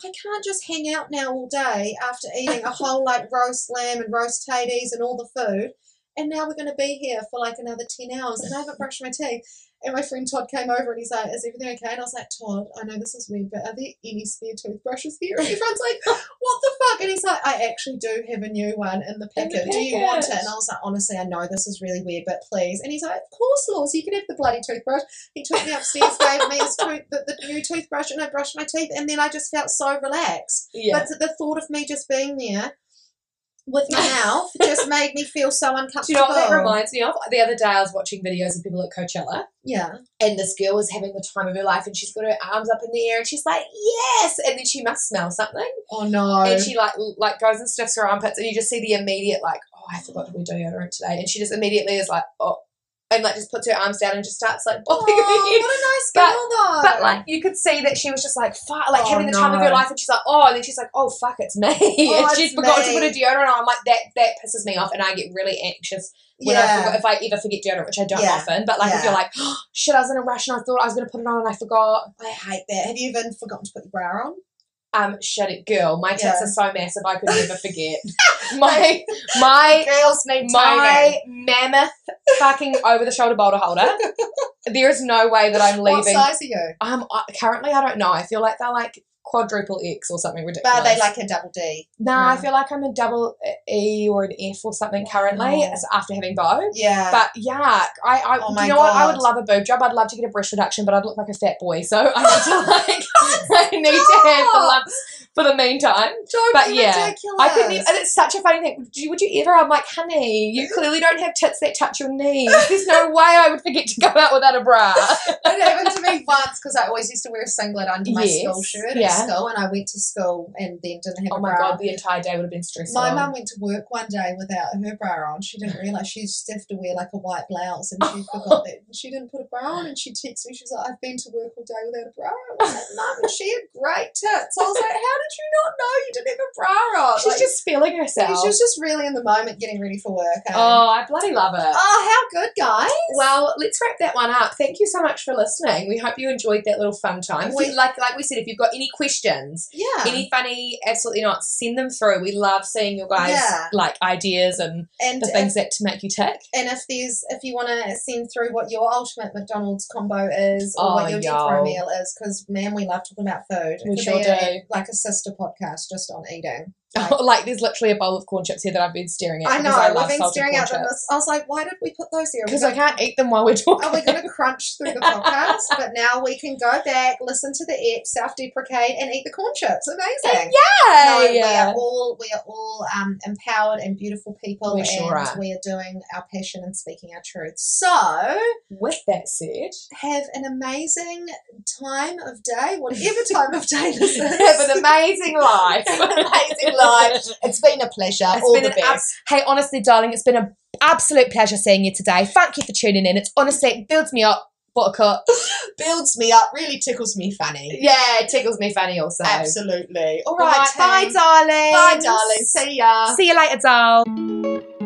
I can't just hang out now all day after eating a whole like roast lamb and roast tatties and all the food. And now we're going to be here for like another 10 hours and I haven't brushed my teeth. And my friend Todd came over and he's like, Is everything okay? And I was like, Todd, I know this is weird, but are there any spare toothbrushes here? And everyone's like, What the fuck? And he's like, I actually do have a new one in the
In
packet.
the
Do you want it?
packet.
And I was like, Honestly, I know this is really weird, but please. And he's like, Of course, Laws, you can have the bloody toothbrush. He took me upstairs, gave me his tooth, the, the new toothbrush, and I brushed my teeth. And then I just felt so relaxed.
yeah.
But the thought of me just being there with my mouth just made me feel so uncomfortable.
Do you know what that reminds me of? The other day I was watching videos of people at Coachella
Yeah.
and this girl was having the time of her life and she's got her arms up in the air and she's like, Yes and then she must smell something.
Oh no.
and she like l- like goes and sniffs her armpits, and you just see the immediate like, oh, I forgot to wear deodorant today, and she just immediately is like, oh, and like just puts her arms down and just starts like
oh,
bopping her head.
what a nice girl though.
But like you could see that she was just like fuck, like
Oh,
having the time of her
no.
life, and she's like, oh, and then she's like, oh fuck, it's me, and
it's
she's forgotten to
me.
put a deodorant on. I'm like that that pisses me off, and I get really anxious when I
yeah.
forgot, if I ever forget deodorant, which I don't
Yeah.
often. But like if
Yeah.
you're like, oh, shit, I was in a rush and I thought I was gonna put it on and I forgot.
I hate that. Have you even forgotten to put your brow on?
um shut it girl my tits
Yeah.
are so massive i could never forget my my
Girls need
my mammoth fucking over the shoulder boulder holder there is no way that i'm
What
leaving
size are you?
i'm I, currently i don't know i feel like they're like quadruple x or something ridiculous
But are they like a double D?
nah i
Mm.
feel like i'm a double e or an f or something currently
Wow.
it's after having bow
Yeah.
but yeah, I, I
Oh
do
my
you know what? I would
God.
love a boob job. I'd love to get a breast reduction, but I'd look like a fat boy. So I need to like, I need to have the
stop.
lumps for the meantime.
Don't
but
be
yeah,
ridiculous.
I couldn't. Even, and it's such a funny thing. Would you, would you ever? I'm like, honey, you clearly don't have tits that touch your knees. There's no way I would forget to go out without a bra.
it happened to me once because I always used to wear a singlet under my
Yes,
school shirt
yeah.
at school, and I went to school and then didn't have
oh
a
my
bra.
god, the entire day would have been stressful.
My mum went to work one day without her bra on. She didn't realise she used to have to wear like a white blouse, and she forgot that she didn't put a bra on. And she texted me. She was like, "I've been to work all day without a bra." I was like, "Mum, and she had great tits." I was like, "How did you not know you didn't have a bra on?"
she's
Like,
just feeling herself.
she was just really in the moment, getting ready for work. eh?
oh, I bloody love it.
oh, how good, guys!
Well, let's wrap that one up. Thank you so much for listening. We hope you enjoyed that little fun time. If you-
We-
like like we said, if you've got any questions,
yeah,
any funny, absolutely not, send them through. We love seeing your guys'
Yeah.
like ideas and
and
the
if,
things that to make you tick.
and if there's if you want to send through what your ultimate McDonald's combo is or
Oh,
what your death
y'all.
row meal is, because man, we love talking about food. It
We
could
sure
be
do.
like a sister podcast just on eating.
Like, there's literally a bowl of corn chips here that I've been staring at.
I know.
because
I
love
have been
salted
staring
corn
at them.
chips.
This, I was like, why did we put those there? Are we
because I
gonna-
can't eat them while we're talking.
Are we going to crunch through the podcast? but now we can go back, listen to the ep, self-deprecate, and eat the corn chips. Amazing! Oh, No, we are all we are all um, empowered and beautiful people,
We
and
sure are.
we are doing our passion and speaking our truth. So
With that said,
have an amazing time of day, whatever time of day this is.
have an amazing life.
Have an amazing life. It's been a pleasure.
It's
all
been
the
an
best.
abs- hey, honestly, darling, it's been an absolute pleasure seeing you today. Thank you for tuning in. It's honestly it builds me up. Buttercup.
Builds me up, really tickles me funny.
Yeah, it tickles me funny also.
Absolutely. All
All right,
right,
bye,
team.
darling.
Bye, darling. See ya.
See you later, doll.